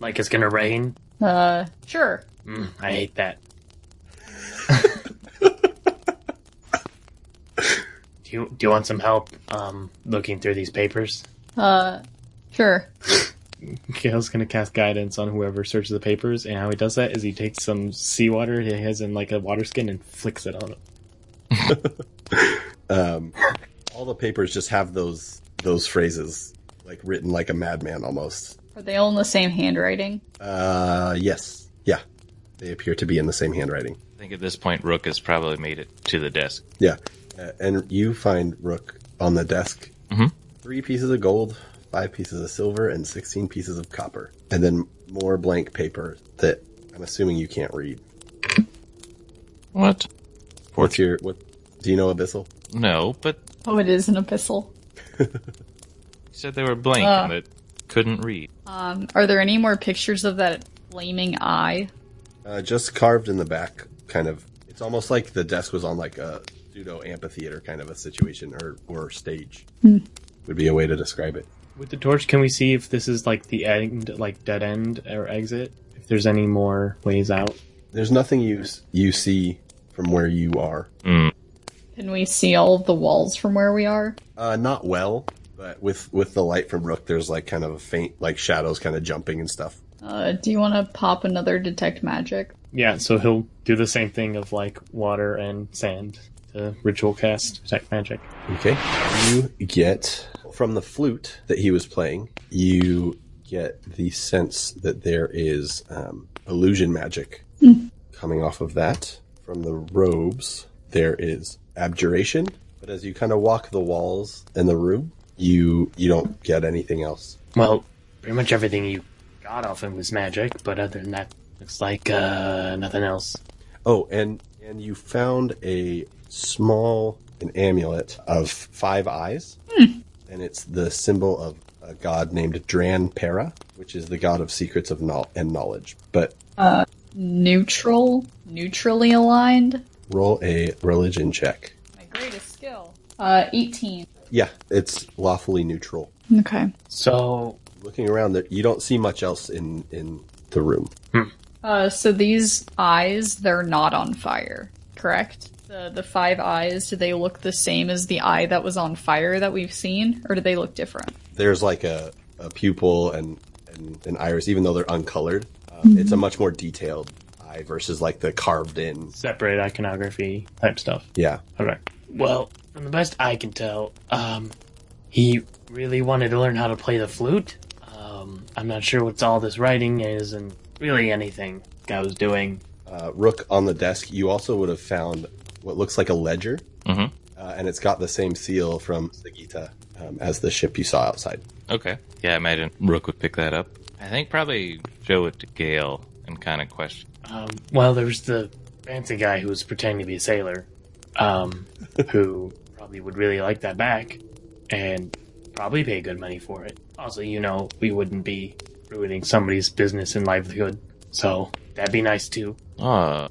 Speaker 7: like it's gonna rain.
Speaker 2: Uh, sure.
Speaker 7: Mm, I hate that. do you do you want some help? Um, looking through these papers.
Speaker 2: Uh, sure.
Speaker 5: Gail's gonna cast guidance on whoever searches the papers, and how he does that is he takes some seawater he has in like a water skin and flicks it on him.
Speaker 1: um, all the papers just have those those phrases like written like a madman almost.
Speaker 2: Are they all in the same handwriting?
Speaker 1: Uh, yes, yeah, they appear to be in the same handwriting.
Speaker 6: I think at this point, Rook has probably made it to the desk.
Speaker 1: Yeah, uh, and you find Rook on the desk.
Speaker 6: Mhm.
Speaker 1: Three pieces of gold, five pieces of silver, and sixteen pieces of copper, and then more blank paper that I'm assuming you can't read.
Speaker 6: What?
Speaker 1: What's your what? Do you know Abyssal?
Speaker 6: No, but
Speaker 2: Oh, it is an abyssal.
Speaker 6: he said they were blank
Speaker 2: Uh.
Speaker 6: and it couldn't read.
Speaker 2: Um, are there any more pictures of that flaming eye?
Speaker 1: Uh, just carved in the back, kind of. It's almost like the desk was on like a pseudo amphitheater kind of a situation or or stage. Would be a way to describe it.
Speaker 5: With the torch, can we see if this is like the end, like dead end or exit? If there's any more ways out?
Speaker 1: There's nothing you s- you see from where you are.
Speaker 2: Can we see all of the walls from where we are?
Speaker 1: Uh, not well, but with with the light from Rook, there's like kind of a faint like shadows kind of jumping and stuff.
Speaker 2: Uh, do you want to pop another detect magic?
Speaker 5: Yeah, so he'll do the same thing of like water and sand the ritual cast detect magic.
Speaker 1: Okay. You get from the flute that he was playing, you get the sense that there is um, illusion magic coming off of that. From the robes, there is abjuration. But as you kind of walk the walls and the room, you you don't get anything else.
Speaker 7: Well, pretty much everything you got off him was magic, but other than that, looks like uh, nothing else.
Speaker 1: Oh, and and you found a small an amulet of five eyes, and it's the symbol of a god named Dran Para, which is the god of secrets of know- and knowledge. But
Speaker 2: Neutral, neutrally aligned.
Speaker 1: roll a religion check.
Speaker 2: My greatest skill. Uh, 18.
Speaker 1: Yeah, it's lawfully neutral.
Speaker 2: Okay.
Speaker 7: So
Speaker 1: Looking around, there you don't see much else in in the room.
Speaker 2: Uh, so these eyes, they're not on fire, correct? The the five eyes, do they look the same as the eye that was on fire that we've seen, or do they look different?
Speaker 1: There's like a, a pupil and, and an iris, even though they're uncolored. Um, It's a much more detailed eye versus like the carved in.
Speaker 5: Separate iconography type stuff.
Speaker 1: Yeah,
Speaker 5: Okay.
Speaker 7: Well, from the best I can tell, um, he really wanted to learn how to play the flute. Um, I'm not sure what all this writing is and really anything I was doing.
Speaker 1: uh, Rook on the desk, you also would have found what looks like a ledger,
Speaker 6: Mhm.
Speaker 1: uh, and it's got the same seal from Sagita um, as the ship you saw outside.
Speaker 6: Okay. Yeah, I imagine Rook would pick that up. I think probably show it to Gail and kind of question.
Speaker 7: Um, well, there was the fancy guy who was pretending to be a sailor, um, who probably would really like that back and probably pay good money for it. Also, you know, we wouldn't be ruining somebody's business and livelihood, so that'd be nice too.
Speaker 6: Uh,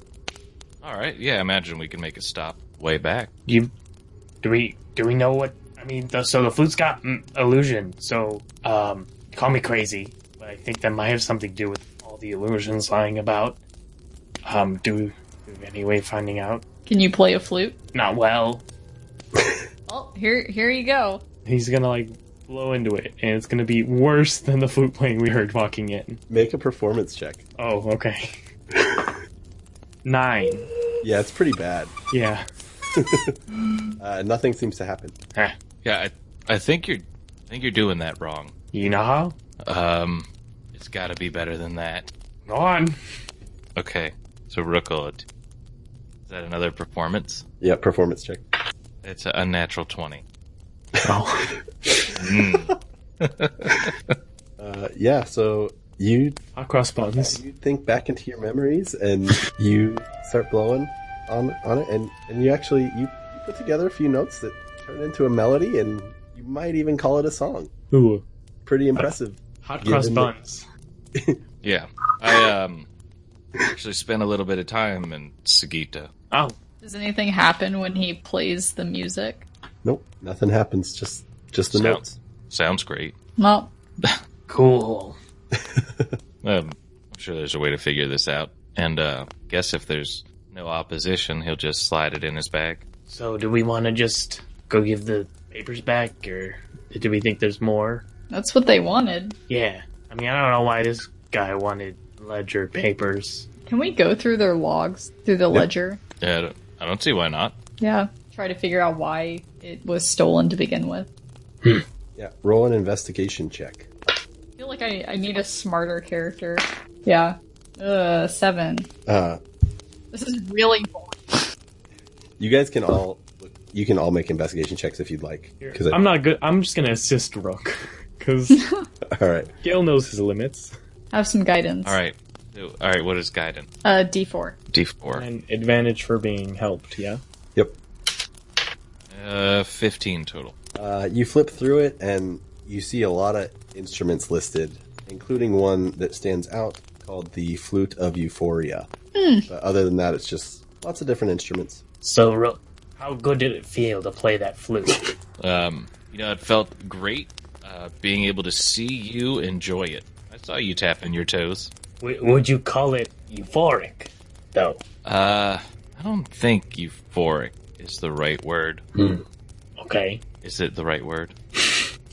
Speaker 6: all right. Yeah, I imagine we can make a stop way back.
Speaker 7: You do we do we know what I mean? The, so the flute's got mm, illusion. So um, call me crazy, but I think that might have something to do with all the illusions lying about. Um, do, do we have any way of finding out?
Speaker 2: Can you play a flute?
Speaker 7: Not well.
Speaker 2: Well, here here you go.
Speaker 5: He's gonna like blow into it, and it's gonna be worse than the flute playing we heard walking in.
Speaker 1: Make a performance check.
Speaker 5: Oh, okay. Nine.
Speaker 1: Yeah, it's pretty bad.
Speaker 5: Yeah.
Speaker 1: Uh, nothing seems to happen.
Speaker 7: Huh.
Speaker 6: Yeah, I, I think you're, I think you're doing that wrong.
Speaker 7: You know how?
Speaker 6: Um, it's got to be better than that.
Speaker 7: Go on.
Speaker 6: Okay. So Rook will att- Is that another performance?
Speaker 1: Yeah, performance check.
Speaker 6: It's a unnatural twenty.
Speaker 1: Uh, yeah, so you
Speaker 5: I'll cross buttons.
Speaker 1: you think back into your memories and you start blowing on on it, and and you actually you put together a few notes that turn into a melody, and you might even call it a song.
Speaker 5: Ooh.
Speaker 1: Pretty impressive.
Speaker 5: Hot
Speaker 1: Give
Speaker 5: cross
Speaker 1: him the-
Speaker 5: buns.
Speaker 6: Yeah. I um actually spent a little bit of time in Sagita.
Speaker 7: Oh,
Speaker 2: Does anything happen when he plays the music?
Speaker 1: Nope, nothing happens. Just just the
Speaker 6: Sound.
Speaker 1: notes.
Speaker 6: Sounds great.
Speaker 2: Well,
Speaker 7: cool.
Speaker 6: Um, I'm sure there's a way to figure this out. And uh guess if there's no opposition, he'll just slide it in his bag.
Speaker 7: So do we want to just go give the papers back, or do we think there's more?
Speaker 2: that's what they wanted.
Speaker 7: Yeah. I mean, I don't know why this guy wanted ledger papers.
Speaker 2: Can we go through their logs through the ledger?
Speaker 6: Yeah, I don't, I don't see why not.
Speaker 2: Yeah. Try to figure out why it was stolen to begin with.
Speaker 1: Yeah, roll an investigation check.
Speaker 2: I feel like I, I need a smarter character. Yeah. Uh, seven.
Speaker 1: Uh,
Speaker 2: This is really boring.
Speaker 1: you guys can all you can all make investigation checks if you'd like. Because
Speaker 5: I'm not good. I'm just gonna assist Rook. Because
Speaker 1: all right.
Speaker 5: Gail knows his limits.
Speaker 2: Have some guidance.
Speaker 6: All right. So- All right, what is guidance?
Speaker 2: Uh, D4.
Speaker 6: D4.
Speaker 5: And advantage for being helped, yeah?
Speaker 1: Yep.
Speaker 6: Uh 15 total.
Speaker 1: Uh, you flip through it and you see a lot of instruments listed, including one that stands out called the Flute of Euphoria. But other than that, it's just lots of different instruments.
Speaker 7: So, Ro- how good did it feel to play that flute?
Speaker 6: Um, you know, it felt great uh, being able to see you enjoy it. I saw you tapping your toes.
Speaker 7: w- would you call it euphoric, though?
Speaker 6: Uh, I don't think euphoric is the right word.
Speaker 7: Okay.
Speaker 6: Is it the right word?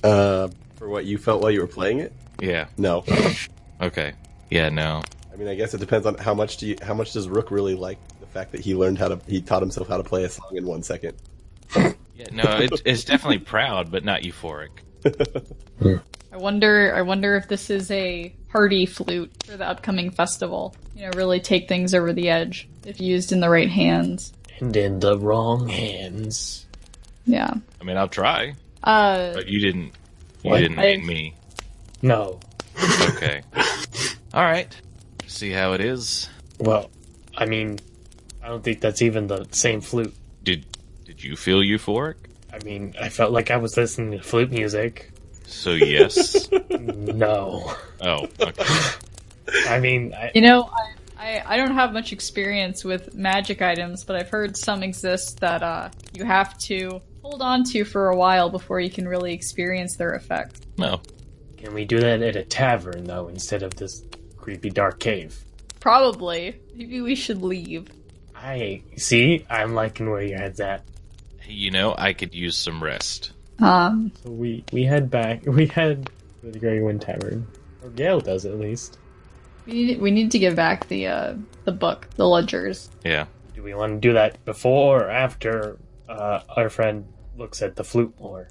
Speaker 1: Uh, for what you felt while you were playing it?
Speaker 6: Yeah.
Speaker 1: No.
Speaker 6: Okay. Yeah, no.
Speaker 1: I mean, I guess it depends on how much do you, how much does Rook really like the fact that he learned how to he taught himself how to play a song in one second.
Speaker 6: Yeah, no, it, it's definitely proud, but not euphoric.
Speaker 2: I wonder. I wonder if this is a party flute for the upcoming festival. You know, really take things over the edge if used in the right hands.
Speaker 7: And in the wrong hands.
Speaker 2: Yeah.
Speaker 6: I mean, I'll try,
Speaker 2: Uh,
Speaker 6: but you didn't. You
Speaker 7: What?
Speaker 6: didn't
Speaker 2: I-
Speaker 6: make me.
Speaker 7: No.
Speaker 6: Okay. All right. See how it is.
Speaker 7: Well, I mean, I don't think that's even the same flute.
Speaker 6: Did Did you feel euphoric?
Speaker 7: I mean, I felt like I was listening to flute music.
Speaker 6: So yes.
Speaker 7: No.
Speaker 6: oh, okay.
Speaker 7: I mean, I,
Speaker 2: You know, I, I, I don't have much experience with magic items, but I've heard some exist that uh, you have to hold on to for a while before you can really experience their effects.
Speaker 6: No.
Speaker 7: can we do that at a tavern, though, instead of this creepy dark cave?
Speaker 2: Probably. Maybe we should leave.
Speaker 7: I see. I'm liking where your head's at.
Speaker 6: You know, I could use some rest.
Speaker 2: Um,
Speaker 7: So we we head back. We head to the Grey Wind Tavern, or Gale does at least.
Speaker 2: we need we need to give back the uh, the book, the ledgers.
Speaker 6: Yeah.
Speaker 7: Do we want to do that before or after uh, our friend looks at the flute more?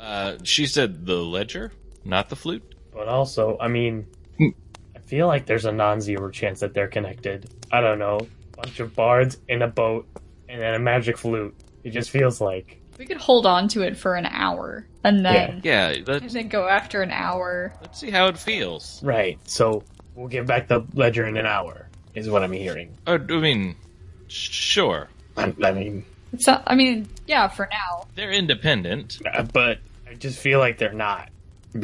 Speaker 6: Uh, she said the ledger, not the flute.
Speaker 7: But also, I mean, I feel like there's a non-zero chance that they're connected. I don't know, bunch of bards in a boat, and then a magic flute. It just feels like
Speaker 2: We could hold on to it for an hour and then
Speaker 6: Yeah.
Speaker 2: and
Speaker 6: Let's,
Speaker 2: then go after an hour.
Speaker 6: let's see how it feels.
Speaker 7: right. So we'll give back the ledger in an hour. Is what I'm hearing.
Speaker 6: Or, Oh, I mean, sure.
Speaker 7: I, I mean,
Speaker 2: It's not, I mean, yeah, for now.
Speaker 6: They're independent.
Speaker 7: Uh, but I just feel like they're not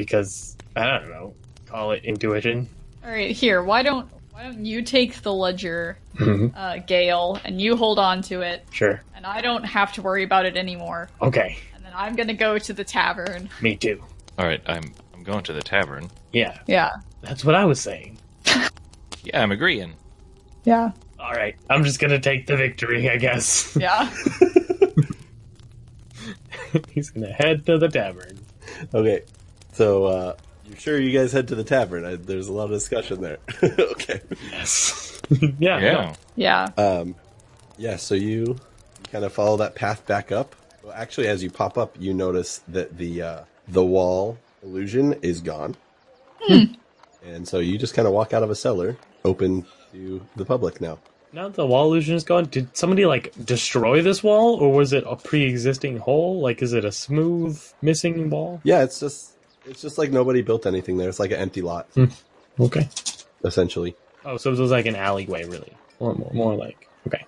Speaker 7: because I don't know. Call it intuition.
Speaker 2: All right, here. Why don't why don't you take the ledger, uh, Gail, and you hold on to it,
Speaker 7: Sure.
Speaker 2: and I don't have to worry about it anymore.
Speaker 7: Okay.
Speaker 2: And then I'm gonna go to the tavern.
Speaker 7: Me too.
Speaker 6: All right. I'm I'm going to the tavern.
Speaker 7: Yeah,
Speaker 2: Yeah,
Speaker 7: that's what I was saying.
Speaker 6: Yeah, I'm agreeing.
Speaker 2: yeah,
Speaker 7: All right, I'm just gonna take the victory, I guess.
Speaker 2: yeah.
Speaker 7: He's gonna head to the tavern.
Speaker 1: Okay, so uh, you're sure you guys head to the tavern? I, there's a lot of discussion there. okay,
Speaker 7: Yes. yeah. no.
Speaker 6: Yeah.
Speaker 2: yeah. Uh,
Speaker 1: um, yeah. So you, you kind of follow that path back up. Well, actually, as you pop up, you notice that the uh, the wall illusion is gone, and so you just kind of walk out of a cellar, open to the public now.
Speaker 7: Now that the wall illusion is gone, did somebody like destroy this wall, or was it a pre-existing hole? Like, is it a smooth missing wall?
Speaker 1: Yeah, it's just it's just like nobody built anything there. It's like an empty lot,
Speaker 7: Okay.
Speaker 1: essentially.
Speaker 7: Oh, so it was like an alleyway, really, or more, more like. Okay.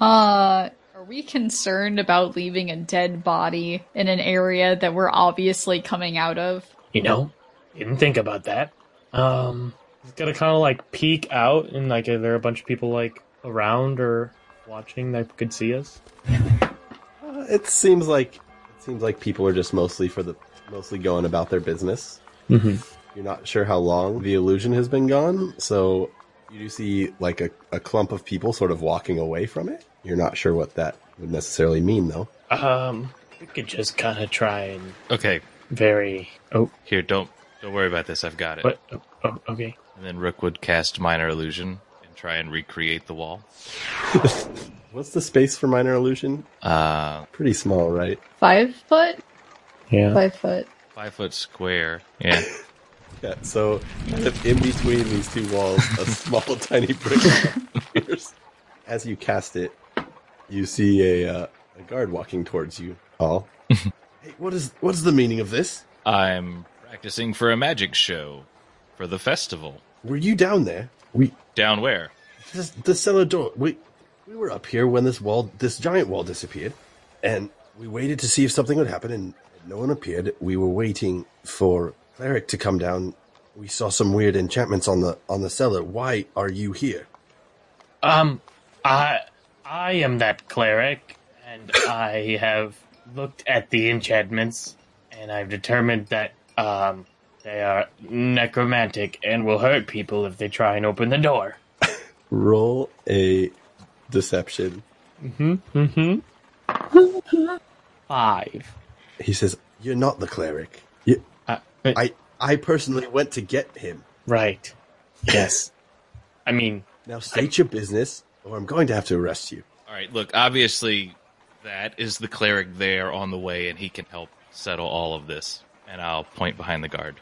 Speaker 2: Uh, are we concerned about leaving a dead body in an area that we're obviously coming out of?
Speaker 7: You know, didn't think about that. Um, it's gonna kind of like peek out, and like, are there a bunch of people like around or watching that could see us?
Speaker 1: Uh, it seems like it seems like people are just mostly for the mostly going about their business.
Speaker 7: Mm-hmm.
Speaker 1: You're not sure how long the illusion has been gone, so you do see like a, a clump of people sort of walking away from it. You're not sure what that would necessarily mean, though.
Speaker 7: Um, we could just kind of try and
Speaker 6: Okay.
Speaker 7: very. Oh,
Speaker 6: Here, don't don't worry about this. I've got it.
Speaker 7: but oh, oh, okay.
Speaker 6: And then Rook would cast Minor Illusion and try and recreate the wall.
Speaker 1: What's the space for minor illusion?
Speaker 6: Uh,
Speaker 1: Pretty small, right?
Speaker 2: Five foot?
Speaker 7: Yeah.
Speaker 2: Five foot.
Speaker 6: five foot square. Yeah.
Speaker 1: Yeah. So kind of in between these two walls, a small tiny brick wall appears. As you cast it, you see a, uh, a guard walking towards you. All. hey, what is what is the meaning of this?
Speaker 6: I'm practicing for a magic show for the festival.
Speaker 1: Were you down there? We
Speaker 6: Down where?
Speaker 1: this, the cellar door. We we were up here when this wall, this giant wall, disappeared, and we waited to see if something would happen, and no one appeared. We were waiting for cleric to come down. We saw some weird enchantments on the on the cellar. Why are you here?
Speaker 7: Um, I I am that cleric, and I have looked at the enchantments, and I've determined that um they are necromantic and will hurt people if they try and open the door.
Speaker 1: Roll a deception.
Speaker 7: Mm-hmm. Five.
Speaker 1: He says, "You're not the cleric. You,
Speaker 7: Uh,
Speaker 1: I I personally went to get him.
Speaker 7: right. Yes. I mean,
Speaker 1: Now state your business, or I'm going to have to arrest you.
Speaker 6: All right, look, obviously that is the cleric there on the way, and he can help settle all of this. And I'll point behind the guard.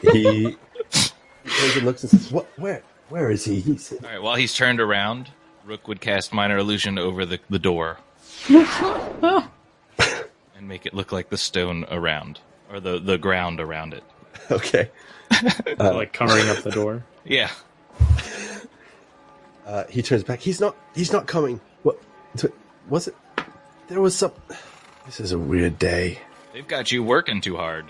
Speaker 1: He turns and looks and says, "What? Where? Where is he?" He said,
Speaker 6: All right, while he's turned around, Rook would cast Minor Illusion over the, the door and make it look like the stone around, or the, the ground around it.
Speaker 1: "Okay."
Speaker 5: like covering up the door.
Speaker 6: Yeah.
Speaker 1: Uh, he turns back. He's not. He's not coming. What? t- Was it? There was some. This is a weird day.
Speaker 6: They've got you working too hard.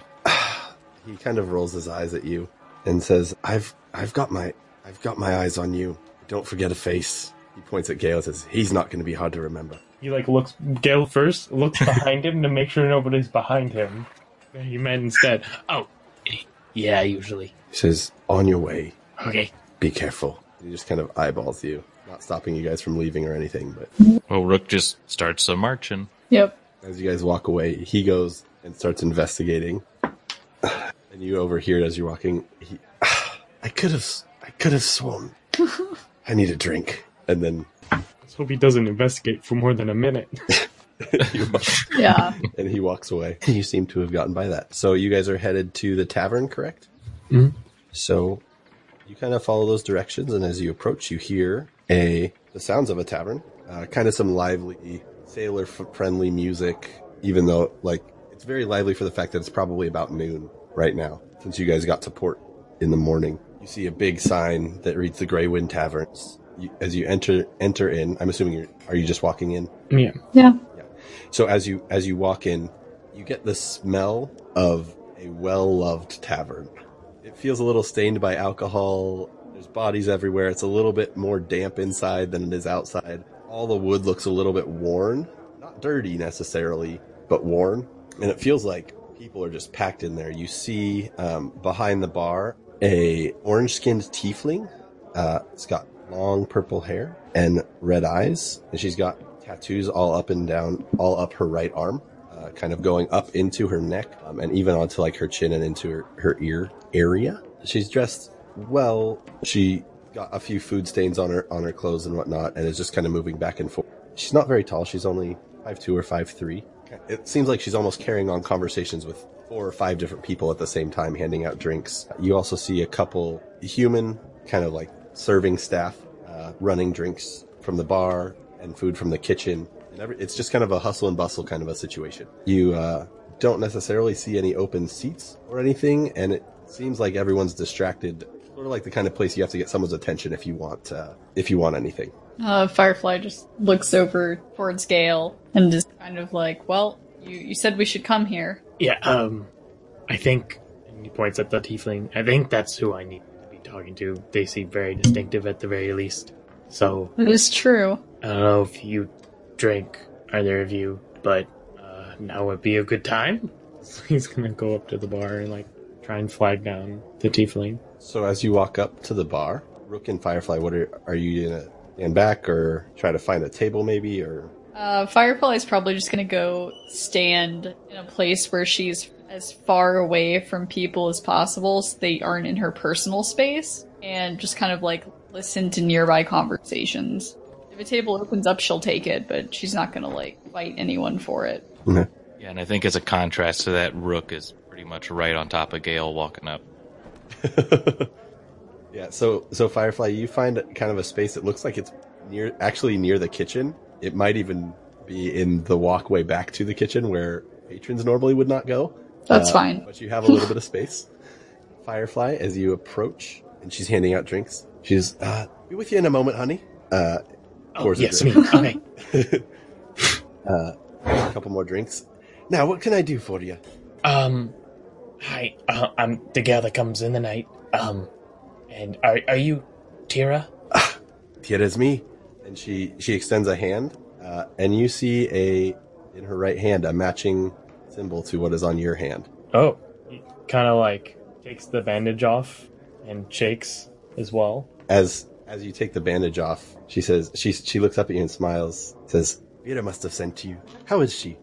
Speaker 1: He kind of rolls his eyes at you and says, "I've I've got my I've got my eyes on you. Don't forget a face." He points at Gale and says, "He's not going to be hard to remember."
Speaker 5: He like looks Gale first, looks behind him to make sure nobody's behind him. He meant instead, oh,
Speaker 7: yeah, usually.
Speaker 1: He says, "On your way.
Speaker 7: Okay.
Speaker 1: Be careful." He just kind of eyeballs you, not stopping you guys from leaving or anything. But
Speaker 6: Well, Rook just starts a marching.
Speaker 2: Yep.
Speaker 1: as you guys walk away, he goes and starts investigating. And you overhear as you're walking, he, "I could have, I could have sworn. I need a drink." And then
Speaker 5: let's hope he doesn't investigate for more than a minute.
Speaker 1: you
Speaker 2: Yeah.
Speaker 1: and he walks away. You seem to have gotten by that. So you guys are headed to the tavern, correct? Mm-hmm. So you kind of follow those directions, and as you approach, you hear a the sounds of a tavern, uh, kind of some lively sailor f- friendly music. Even though, like, it's very lively for the fact that it's probably about noon right now, since you guys got to port in the morning. You see a big sign that reads the Grey Wind Taverns. You, as you enter enter in, I'm assuming you're are you just walking in?
Speaker 5: yeah.
Speaker 2: yeah.
Speaker 1: So as you as you walk in, you get the smell of a well-loved tavern. It feels a little stained by alcohol. There's bodies everywhere. It's a little bit more damp inside than it is outside. All the wood looks a little bit worn, not dirty necessarily, but worn, and it feels like people are just packed in there. You see um, behind the bar a orange-skinned tiefling. Uh, it's got long purple hair and red eyes, and she's got tattoos all up and down, all up her right arm, uh, kind of going up into her neck um, and even onto like her chin and into her, her ear area. She's dressed well. She got a few food stains on her on her clothes and whatnot, and is just kind of moving back and forth. She's not very tall. She's only five two or five three. It seems like she's almost carrying on conversations with four or five different people at the same time, handing out drinks. You also see a couple human, kind of like serving staff, uh, running drinks from the bar and food from the kitchen. And every, it's just kind of a hustle and bustle kind of a situation. You uh, don't necessarily see any open seats or anything, and it seems like everyone's distracted. Sort of like the kind of place you have to get someone's attention if you want uh, if you want anything.
Speaker 2: Uh, Firefly just looks over towards Gale and is kind of like, well, you, you said we should come here.
Speaker 7: Yeah, um, I think, and he points at the tiefling, I think that's who I need to be talking to. They seem very distinctive at the very least. So,
Speaker 2: It is true.
Speaker 7: I don't know if you drink, either of you, but uh, now would be a good time.
Speaker 5: So he's gonna go up to the bar and like try and flag down the tiefling.
Speaker 1: So as you walk up to the bar, Rook and Firefly, what are are you gonna stand back or try to find a table maybe or
Speaker 2: Uh, Firefly is probably just going to go stand in a place where she's as far away from people as possible so they aren't in her personal space and just kind of like listen to nearby conversations. If a table opens up, she'll take it, but she's not going to like fight anyone for it.
Speaker 6: Yeah, and I think as a contrast to that, Rook is pretty much right on top of Gale walking up.
Speaker 1: Yeah, so so Firefly, you find kind of a space that looks like it's near actually near the kitchen. It might even be in the walkway back to the kitchen where patrons normally would not go.
Speaker 2: That's fine.
Speaker 1: But you have a little bit of space. Firefly, as you approach, and she's handing out drinks. She's uh be with you in a moment, honey. Uh
Speaker 7: Oh,
Speaker 1: pours a
Speaker 7: yes, me.
Speaker 1: drink. Uh,
Speaker 7: Okay.
Speaker 1: a couple more drinks. Now what can I do for you?
Speaker 7: Um, hi, uh, I'm the gal that comes in the night. Um, and are, are you Tira?
Speaker 1: Here is me. And she she extends a hand, uh, and you see a in her right hand a matching symbol to what is on your hand.
Speaker 5: Oh, kind of like takes the bandage off and shakes as well.
Speaker 1: As as you take the bandage off, she says she she looks up at you and smiles. Says Vera must have sent you. How is she?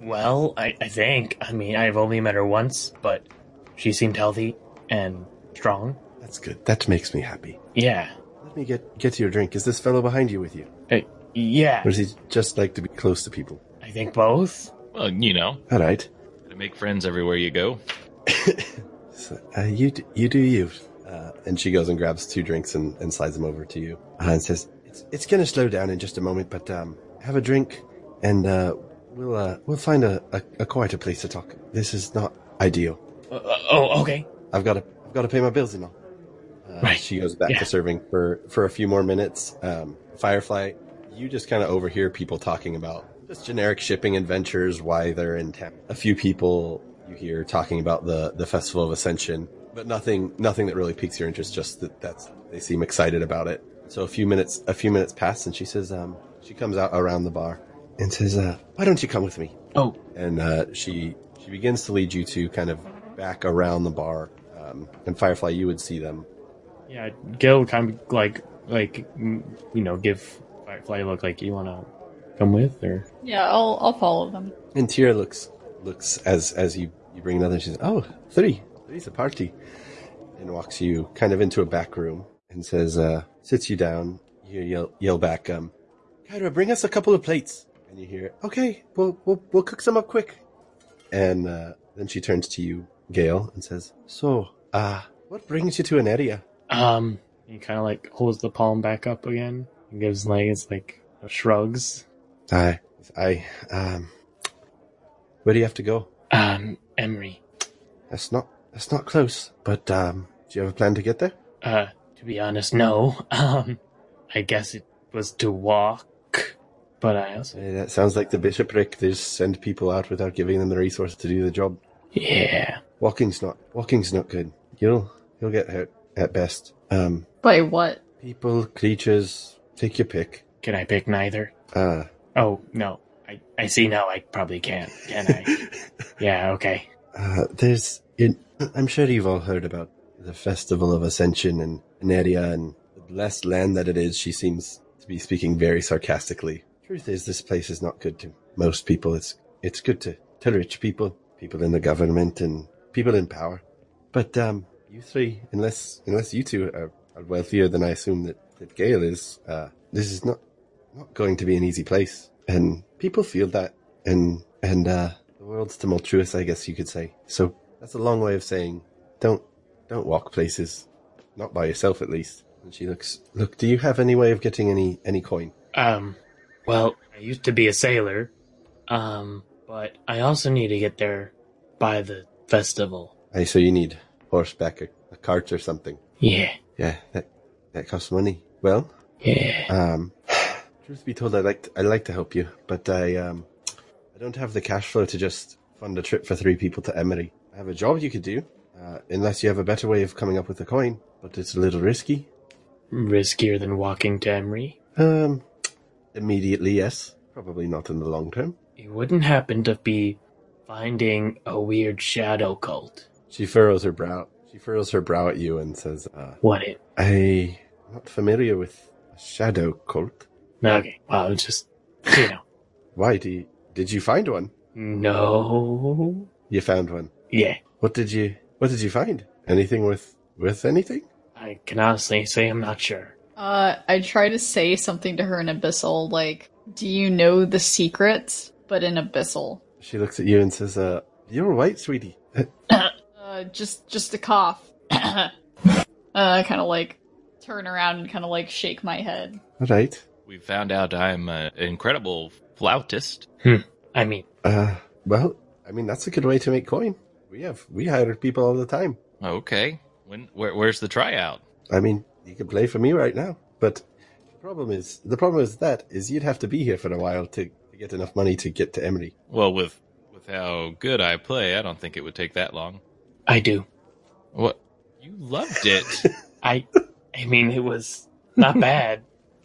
Speaker 7: Well, I, I think. I mean, I've only met her once, but She seemed healthy and strong.
Speaker 1: That's good. That makes me happy.
Speaker 7: Yeah.
Speaker 1: Let me get get to your drink. Is this fellow behind you with you,
Speaker 7: Uh, yeah.
Speaker 1: or does he just like to be close to people?
Speaker 7: I think both.
Speaker 6: Well, you know,
Speaker 1: All right.
Speaker 6: gotta make friends everywhere you go.
Speaker 1: So, uh, you d- you do you. Uh, and she goes and grabs two drinks and, and slides them over to you uh, and says, "It's it's going to slow down in just a moment, but um, have a drink and uh, we'll uh, we'll find a, a, a quieter place to talk. This is not ideal.
Speaker 7: Uh, oh, okay.
Speaker 1: I've got to I've got to pay my bills and all." Uh,
Speaker 7: Right.
Speaker 1: She goes back
Speaker 7: Yeah.
Speaker 1: to serving for for a few more minutes. Um, Firefly, you just kind of overhear people talking about just generic shipping adventures, why they're in town. A few people you hear talking about the the Festival of Ascension, but nothing nothing that really piques your interest. Just that that's they seem excited about it. So a few minutes a few minutes pass, and she says, um, she comes out around the bar and says, uh, "Why don't you come with me?"
Speaker 7: Oh,
Speaker 1: and uh, she she begins to lead you to kind of back around the bar. Um, and Firefly, you would see them.
Speaker 5: Yeah, Gil kind of like like mm, you know give Firefly a look like you want to come with or
Speaker 2: Yeah, I'll I'll follow them.
Speaker 1: And Tira looks looks as as you you bring another. She says, "Oh, three, three's a party," and walks you kind of into a back room and says, uh, sits you down. You yell yell back, um, "Kyra, bring us a couple of plates." And you hear, "Okay, we'll we'll we'll cook some up quick." And uh, then she turns to you, Gail, and says, "So, uh, what brings you to an area?"
Speaker 7: um,
Speaker 5: he kind of like holds the palm back up again and gives like it's like shrugs.
Speaker 1: I, I, um, where do you have to go?
Speaker 7: um, Emery.
Speaker 1: That's not, that's not close, but, um, do you have a plan to get there?
Speaker 7: Uh, to be honest, no. Um, I guess it was to walk, but I also
Speaker 1: Eh, that sounds like the bishopric. They just send people out without giving them the resources to do the job.
Speaker 7: yeah.
Speaker 1: Walking's not, walking's not good. You'll, you'll get hurt at best. Um,
Speaker 2: By what?
Speaker 1: people, creatures, take your pick.
Speaker 7: Can I pick neither?
Speaker 1: Uh,
Speaker 7: Oh no, I I see now. I probably can't. Can I? yeah. Okay.
Speaker 1: uh, there's, you I'm sure you've all heard about the Festival of Ascension and Aneria and the blessed land that it is. She seems to be speaking very sarcastically. Truth is, this place is not good to most people. It's it's good to, to rich people, people in the government, and people in power. But um, you three, unless unless you two are, are wealthier than I assume that that Gale is, uh, this is not not going to be an easy place. And people feel that, and and uh, the world's tumultuous, I guess you could say. So that's a long way of saying don't don't walk places, not by yourself at least. And she looks. Look, do you have any way of getting any any coin?
Speaker 7: Um, well, I used to be a sailor. Um, but I also need to get there by the festival.
Speaker 1: I so you need horseback, a, a cart or something.
Speaker 7: Yeah.
Speaker 1: Yeah, that that costs money. Well,
Speaker 7: Yeah.
Speaker 1: um, truth be told, I like to, I like to help you, but I um, I don't have the cash flow to just fund a trip for three people to Emery. I have a job you could do, uh, unless you have a better way of coming up with the coin. But it's a little risky.
Speaker 7: Riskier than walking to Emery.
Speaker 1: Um, immediately, yes. Probably not in the long term.
Speaker 7: It wouldn't happen to be finding a weird shadow cult.
Speaker 1: She furrows her brow. She furrows her brow at you and says, uh,
Speaker 7: What it?
Speaker 1: "I'm not familiar with a shadow cult.
Speaker 7: Okay. Well, it's just you know.
Speaker 1: Why do you, did you find one?
Speaker 7: No.
Speaker 1: You found one.
Speaker 7: Yeah.
Speaker 1: What did you What did you find? Anything worth worth anything?
Speaker 7: I can honestly say I'm not sure.
Speaker 2: Uh, I try to say something to her in Abyssal, like, "Do you know the secrets?" But in Abyssal,
Speaker 1: She looks at you and says, uh, "You're white, sweetie.
Speaker 2: uh, just just a cough. uh, kind of like turn around and kind of like shake my head.
Speaker 1: All right.
Speaker 6: We found out I'm an incredible flautist.
Speaker 7: I mean,
Speaker 1: Uh, well, I mean that's a good way to make coin. We have we hire people all the time.
Speaker 6: Okay. When where, where's the tryout?
Speaker 1: I mean, you could play for me right now, but the problem is the problem is that is you'd have to be here for a while to, to get enough money to get to Emery.
Speaker 6: Well, with with how good I play, I don't think it would take that long.
Speaker 7: I do.
Speaker 6: What? You loved it.
Speaker 7: I I mean it was not bad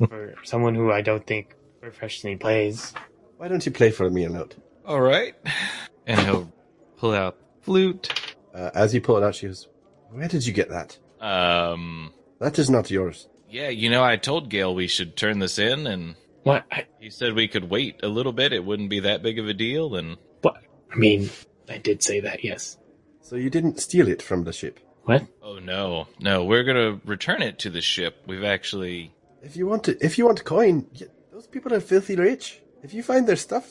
Speaker 7: for someone who I don't think professionally plays.
Speaker 1: Why don't you play for me a note?
Speaker 6: All right. And he'll pull out flute.
Speaker 1: Uh, as you pull it out, she goes, Where did you get that?
Speaker 6: Um.
Speaker 1: That is not yours.
Speaker 6: Yeah, you know, I told Gail we should turn this in, and
Speaker 7: What I,
Speaker 6: he said we could wait a little bit. It wouldn't be that big of a deal, and
Speaker 7: I mean, I did say that, yes.
Speaker 1: So you didn't steal it from the ship.
Speaker 5: What?
Speaker 6: Oh no, no, we're gonna return it to the ship. We've actually
Speaker 1: If you want to, if you want coin, y- those people are filthy rich. If you find their stuff,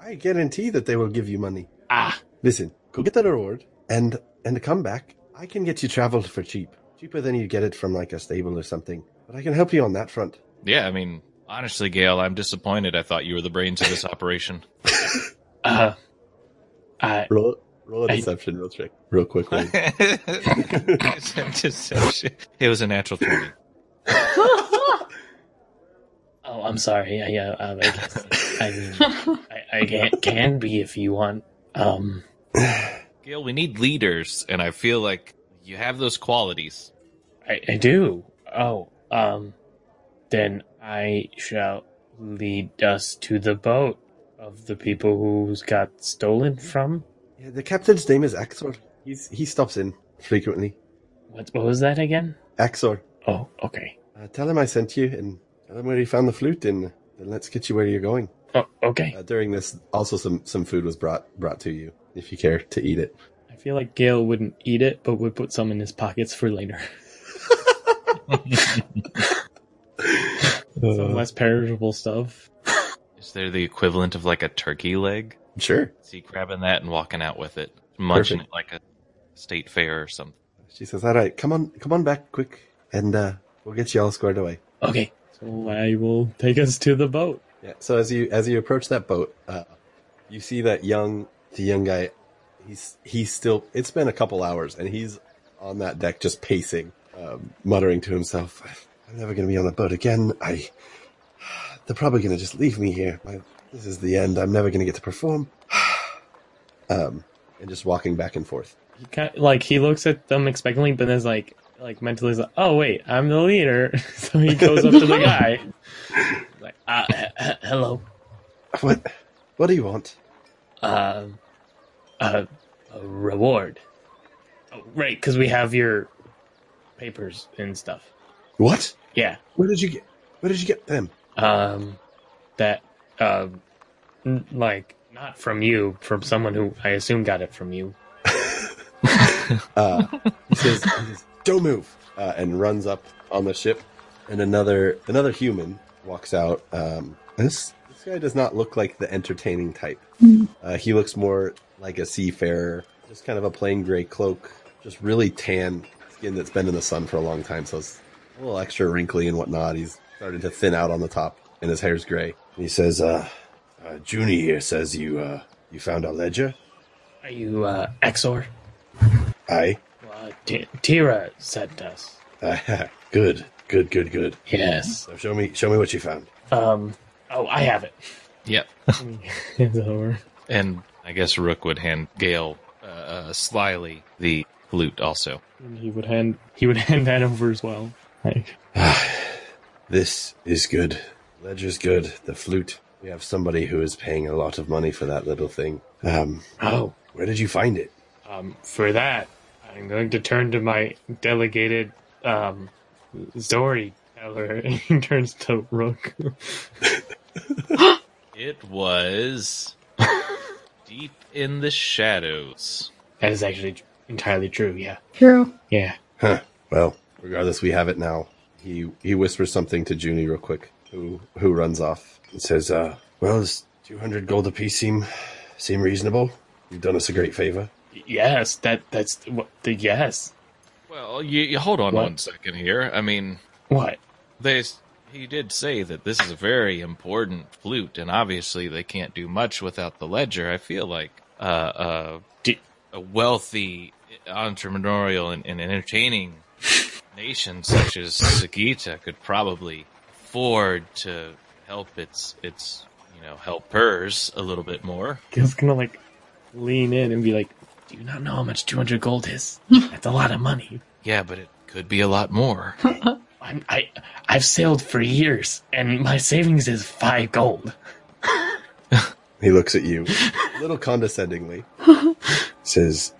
Speaker 1: I guarantee that they will give you money.
Speaker 5: Ah,
Speaker 1: Listen, go get that reward and and come back. I can get you travel for cheap, cheaper than you get it from like a stable or something. But I can help you on that front.
Speaker 6: Yeah, I mean honestly, Gail, I'm disappointed. I thought you were the brains of this operation.
Speaker 5: uh, I,
Speaker 1: Roll, roll a
Speaker 5: I-
Speaker 1: deception real quick, real quickly.
Speaker 6: It's a deception. it was a natural twenty.
Speaker 5: oh, I'm sorry. I, uh, um, I, can't- I mean, I, I can, can be if you want. Um,
Speaker 6: Gail, we need leaders, and I feel like you have those qualities.
Speaker 5: I, I do. Oh, um, then I shall lead us to the boat of the people who got stolen from.
Speaker 1: yeah, the captain's name is Axor. He's he stops in frequently.
Speaker 5: What, what was that again?
Speaker 1: Axor,
Speaker 5: Oh, okay.
Speaker 1: uh, tell him I sent you, and tell him where he found the flute, and then let's get you where you're going.
Speaker 5: Oh, okay.
Speaker 1: Uh, during this, also some some food was brought brought to you if you care to eat it.
Speaker 5: I feel like Gail wouldn't eat it, but would put some in his pockets for later.
Speaker 1: Uh.
Speaker 5: some less perishable stuff.
Speaker 6: Is there the equivalent of like a turkey leg?
Speaker 1: Sure.
Speaker 6: See, grabbing that and walking out with it, munching
Speaker 1: Perfect.
Speaker 6: it like a state fair or something.
Speaker 1: She says, "All right, come on, come on back quick, and uh, we'll get you all squared away."
Speaker 5: Okay. So I will take us to the boat.
Speaker 1: Yeah. So as you as you approach that boat, uh, you see that young the young guy. He's he's still. It's been a couple hours, and he's on that deck just pacing, um, muttering to himself, "I'm never going to be on the boat again. I. They're probably going to just leave me here. My, this is the end. I'm never going to get to perform." um, and just walking back and forth.
Speaker 5: He kind like he looks at them expectantly, but then like like mentally is like, oh wait, I'm the leader. so he goes up to the guy. like, uh, he- he- hello.
Speaker 1: What? What do you want?
Speaker 5: Um, uh, a reward. Oh, right, because we have your papers and stuff.
Speaker 1: What?
Speaker 5: Yeah.
Speaker 1: Where did you get? Where did you get them?
Speaker 5: um, that um, n- like not from you, from someone who I assume got it from you.
Speaker 1: uh, he says, he says, "Don't move," uh, and runs up on the ship. And another another human walks out. Um, and this this guy does not look like the entertaining type. Uh, he looks more like a seafarer, just kind of a plain gray cloak, just really tan skin that's been in the sun for a long time, so it's a little extra wrinkly and whatnot. He's started to thin out on the top, and his hair's gray. And he says, uh, uh, "Junie here says you uh, you found our ledger.
Speaker 5: Are you uh, Exor?
Speaker 1: Aye,
Speaker 5: Well, T- Tira sent us.
Speaker 1: uh, good, good, good, good."
Speaker 5: Yes.
Speaker 1: So show me, show me what you found.
Speaker 5: Um. Oh, I have it.
Speaker 6: Yep.
Speaker 5: Hands it over.
Speaker 6: And I guess Rook would hand Gail uh, uh, slyly the flute also.
Speaker 8: And he would hand he would hand that over as well. Like,
Speaker 1: This is good. Ledger's good. The flute. We have somebody who is paying a lot of money for that little thing. Um,
Speaker 5: Oh.
Speaker 1: where did you find it?
Speaker 8: um, for that, I'm going to turn to my delegated um, Zori teller, and he turns to Rook.
Speaker 6: It was deep in the shadows.
Speaker 5: That is actually entirely true. Yeah.
Speaker 2: True.
Speaker 5: Yeah.
Speaker 1: Huh. Well, regardless, we have it now. He he whispers something to Junie real quick, who who runs off and says, uh, "Well, does two hundred gold apiece seem seem reasonable? You've done us a great favor."
Speaker 5: Yes. That. That's what. The yes.
Speaker 6: Well, you, you hold on
Speaker 5: What?
Speaker 6: one second here. I mean,
Speaker 5: What?
Speaker 6: they s- he did say that this is a very important flute, and obviously they can't do much without the ledger. I feel like uh, uh,
Speaker 5: Do-
Speaker 6: a wealthy, entrepreneurial, and, and entertaining nation such as Sagita could probably afford to help its its you know helpers a little bit more.
Speaker 8: Gail's gonna like
Speaker 5: Lean in and be like, "Do you not know how much two hundred gold is? That's a lot of money."
Speaker 6: Yeah, but it could be a lot more.
Speaker 5: I'm, I I've sailed for years, and my savings is five gold.
Speaker 1: He looks at you a little condescendingly. says,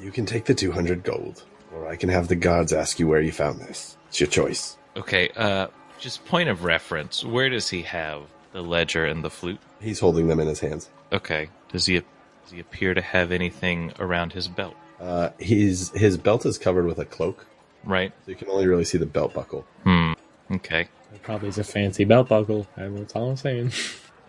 Speaker 1: "You can take the two hundred gold, or I can have the guards ask you where you found this. It's your choice."
Speaker 6: Okay, uh, just point of reference. Where does he have the ledger and the flute?
Speaker 1: He's holding them in his hands.
Speaker 6: Okay. Does he does he appear to have anything around his belt?
Speaker 1: Uh, his his belt is covered with a cloak,
Speaker 6: Right.
Speaker 1: so you can only really see the belt buckle.
Speaker 6: Hmm. Okay.
Speaker 9: It probably is a fancy belt buckle. and That's all I'm saying.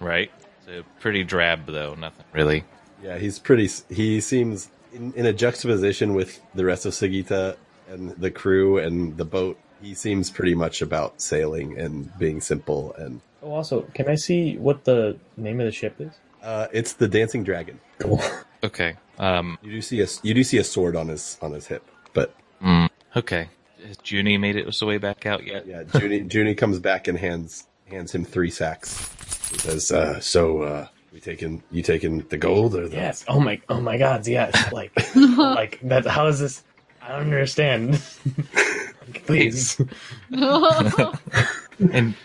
Speaker 6: Right. So pretty drab though. Nothing really.
Speaker 1: Yeah, he's pretty. s- He seems in, in a juxtaposition with the rest of Sagita and the crew and the boat. He seems pretty much about sailing and being simple, and
Speaker 9: Oh, also, can I see what the name of the ship is?
Speaker 1: uh, it's the dancing dragon.
Speaker 9: Cool.
Speaker 6: Okay. Um.
Speaker 1: You do see a you do see a sword on his on his hip, but
Speaker 6: hmm, Okay. Has Junie made it the way back out yet?
Speaker 1: yeah, Junie Junie comes back and hands hands him three sacks. He says, uh, "So uh, we taking you taking the gold or the
Speaker 9: Yes. Oh my. Oh my God. Yes. Like. like that. How is this? I don't understand. Like, please.
Speaker 6: And and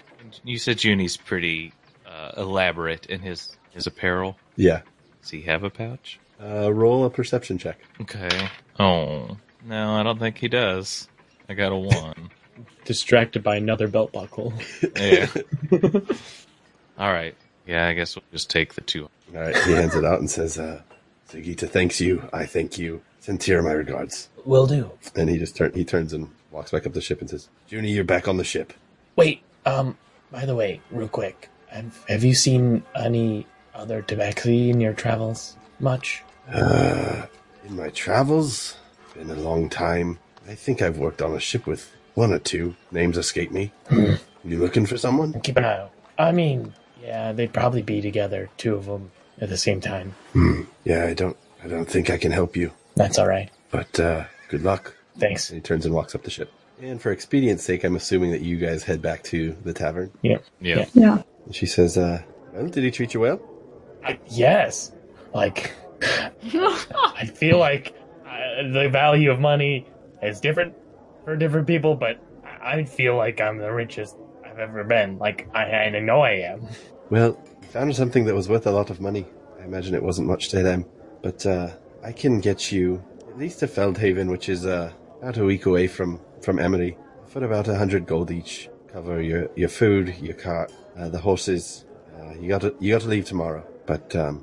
Speaker 6: you said Junie's pretty uh, elaborate in his his apparel.
Speaker 1: yeah?"
Speaker 6: Does he have a pouch?
Speaker 1: Uh, roll a perception check.
Speaker 6: Okay. Oh no, I don't think he does. I got a one.
Speaker 9: Distracted by another belt buckle.
Speaker 6: yeah. All right. Yeah, I guess we'll just take the two.
Speaker 1: All right, he hands it out and says, uh, "Sagita thanks you. I thank you. Send here my regards."
Speaker 7: Will do.
Speaker 1: And he just turn he turns and walks back up the ship and says, "Junie, you're back on the ship."
Speaker 7: Wait, um, by the way, real quick, have, have you seen any other tabaxi in your travels? Much?
Speaker 1: Uh, in my travels, been a long time. I think I've worked on a ship with one or two. Names escape me. you looking for someone?
Speaker 7: Keep an eye out. I mean, yeah, they'd probably be together, two of them, at the same time.
Speaker 1: Yeah, I don't. I don't think I can help you.
Speaker 7: That's all right.
Speaker 1: But uh, good luck.
Speaker 7: Thanks.
Speaker 1: And he turns and walks up the ship. And for expedience' sake, I'm assuming that you guys head back to the tavern.
Speaker 9: Yeah.
Speaker 6: Yeah.
Speaker 2: Yeah.
Speaker 1: And She says, uh, "Well, did he treat you well?"
Speaker 7: I, yes. Like, I feel like uh, the value of money is different for different people, but I I feel like I'm the richest I've ever been. Like, I, I know I am.
Speaker 1: Well, we found something that was worth a lot of money. I imagine it wasn't much to them, but uh, I can get you at least to Feldhaven, which is uh, about a week away from from Emery, for about a hundred gold each. Cover your your food, your cart, uh, the horses. Uh, you got to you got to leave tomorrow, but um,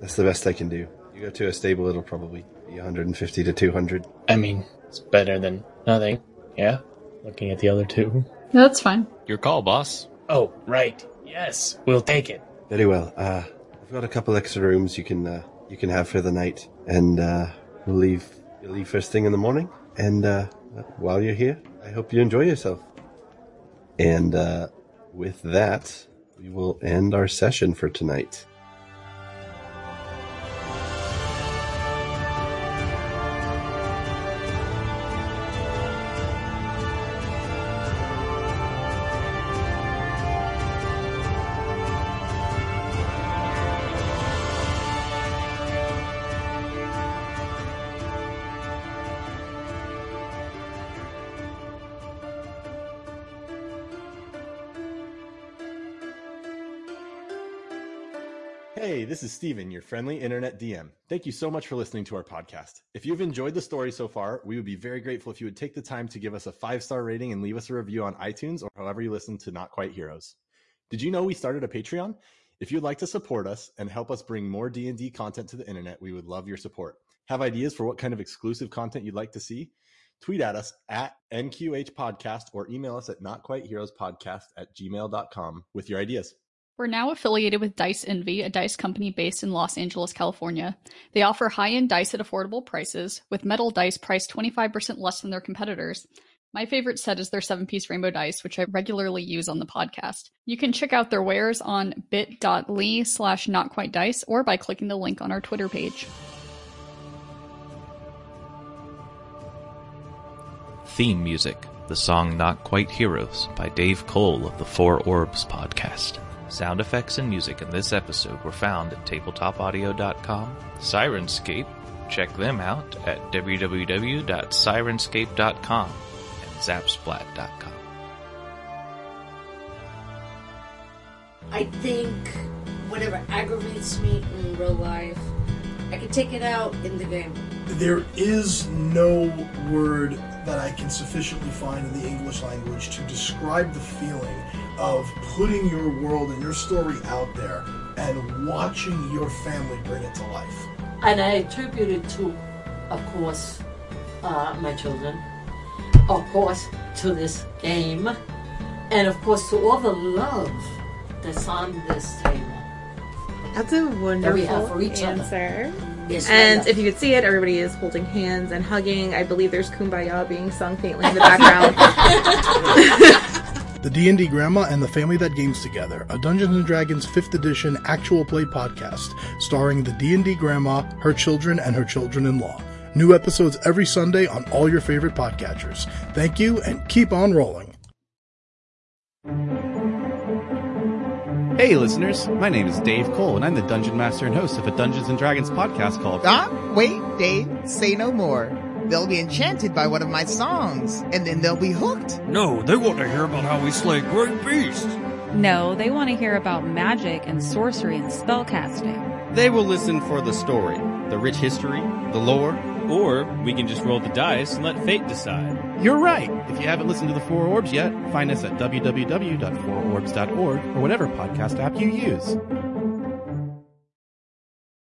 Speaker 1: that's the best I can do. You go to a stable, it'll probably be 150 to 200.
Speaker 9: I mean,
Speaker 7: It's better than nothing. Yeah?
Speaker 9: looking at the other two.
Speaker 2: That's fine.
Speaker 6: Your call, boss.
Speaker 7: Oh, right. Yes, we'll take it.
Speaker 1: Very well. Uh, I've got a couple extra rooms you can uh, you can have for the night, and uh, we'll leave. You'll leave first thing in the morning, and uh, while you're here, I hope you enjoy yourself. And uh, with that, we will end our session for tonight.
Speaker 10: Hey, this is Steven, your friendly internet DM. Thank you so much for listening to our podcast. If you've enjoyed the story so far, we would be very grateful if you would take the time to give us a five star rating and leave us a review on iTunes or however you listen to Not Quite Heroes. Did you know we started a Patreon? If you'd like to support us and help us bring more D&D content to the internet, we would love your support. Have ideas for what kind of exclusive content you'd like to see? Tweet at us at NQH Podcast or email us at notquiteheroespodcast at gmail.com with your ideas.
Speaker 2: We're now affiliated with Dice Envy, a dice company based in Los Angeles, California. They offer high end dice at affordable prices, with metal dice priced 25% less than their competitors. My favorite set is their seven piece rainbow dice, which I regularly use on the podcast. You can check out their wares on bit.ly slash not quite dice or by clicking the link on our Twitter page.
Speaker 6: Theme music. The song Not Quite Heroes by Dave Cole of the Four Orbs podcast. Sound effects and music in this episode were found at tabletopaudio.com. Sirenscape. Check them out at www.sirenscape.com and zapsplat.com.
Speaker 11: I think whatever aggravates me in real life, I can take it out in the game.
Speaker 12: There is no word that I can sufficiently find in the English language to describe the feeling of putting your world and your story out there and watching your family bring it to life.
Speaker 11: And I attribute it to
Speaker 6: of course, uh, my children, of course, to this game, and of course to all the love that's on this table.
Speaker 13: That's a
Speaker 6: That we
Speaker 13: wonderful
Speaker 6: have for each other.
Speaker 13: answer.
Speaker 6: Yes,
Speaker 13: and
Speaker 6: Linda.
Speaker 13: if you could see it, everybody is holding hands and hugging. I believe there's "Kumbaya" being sung faintly in the background.
Speaker 12: The D&D Grandma and the Family That Games Together, a Dungeons & Dragons 5th Edition actual play podcast, starring the D&D Grandma, her children, and her children-in-law. New episodes every Sunday on all your favorite podcatchers. Thank you, and keep on rolling.
Speaker 14: Hey, listeners. My name is Dave Cole, and I'm the dungeon master and host of a Dungeons and Dragons podcast called.
Speaker 15: Ah, wait, Dave, say no more. They'll be enchanted by one of my songs, and then they'll be hooked.
Speaker 3: No, they want to hear about how we slay great beasts.
Speaker 16: No, they want to hear about magic and sorcery and spellcasting.
Speaker 14: They will listen for the story, the rich history, the lore, or we can just roll the dice and let fate decide. You're right. If you haven't listened to the Four Orbs yet, find us at www.fourorbs.org or whatever podcast app you use.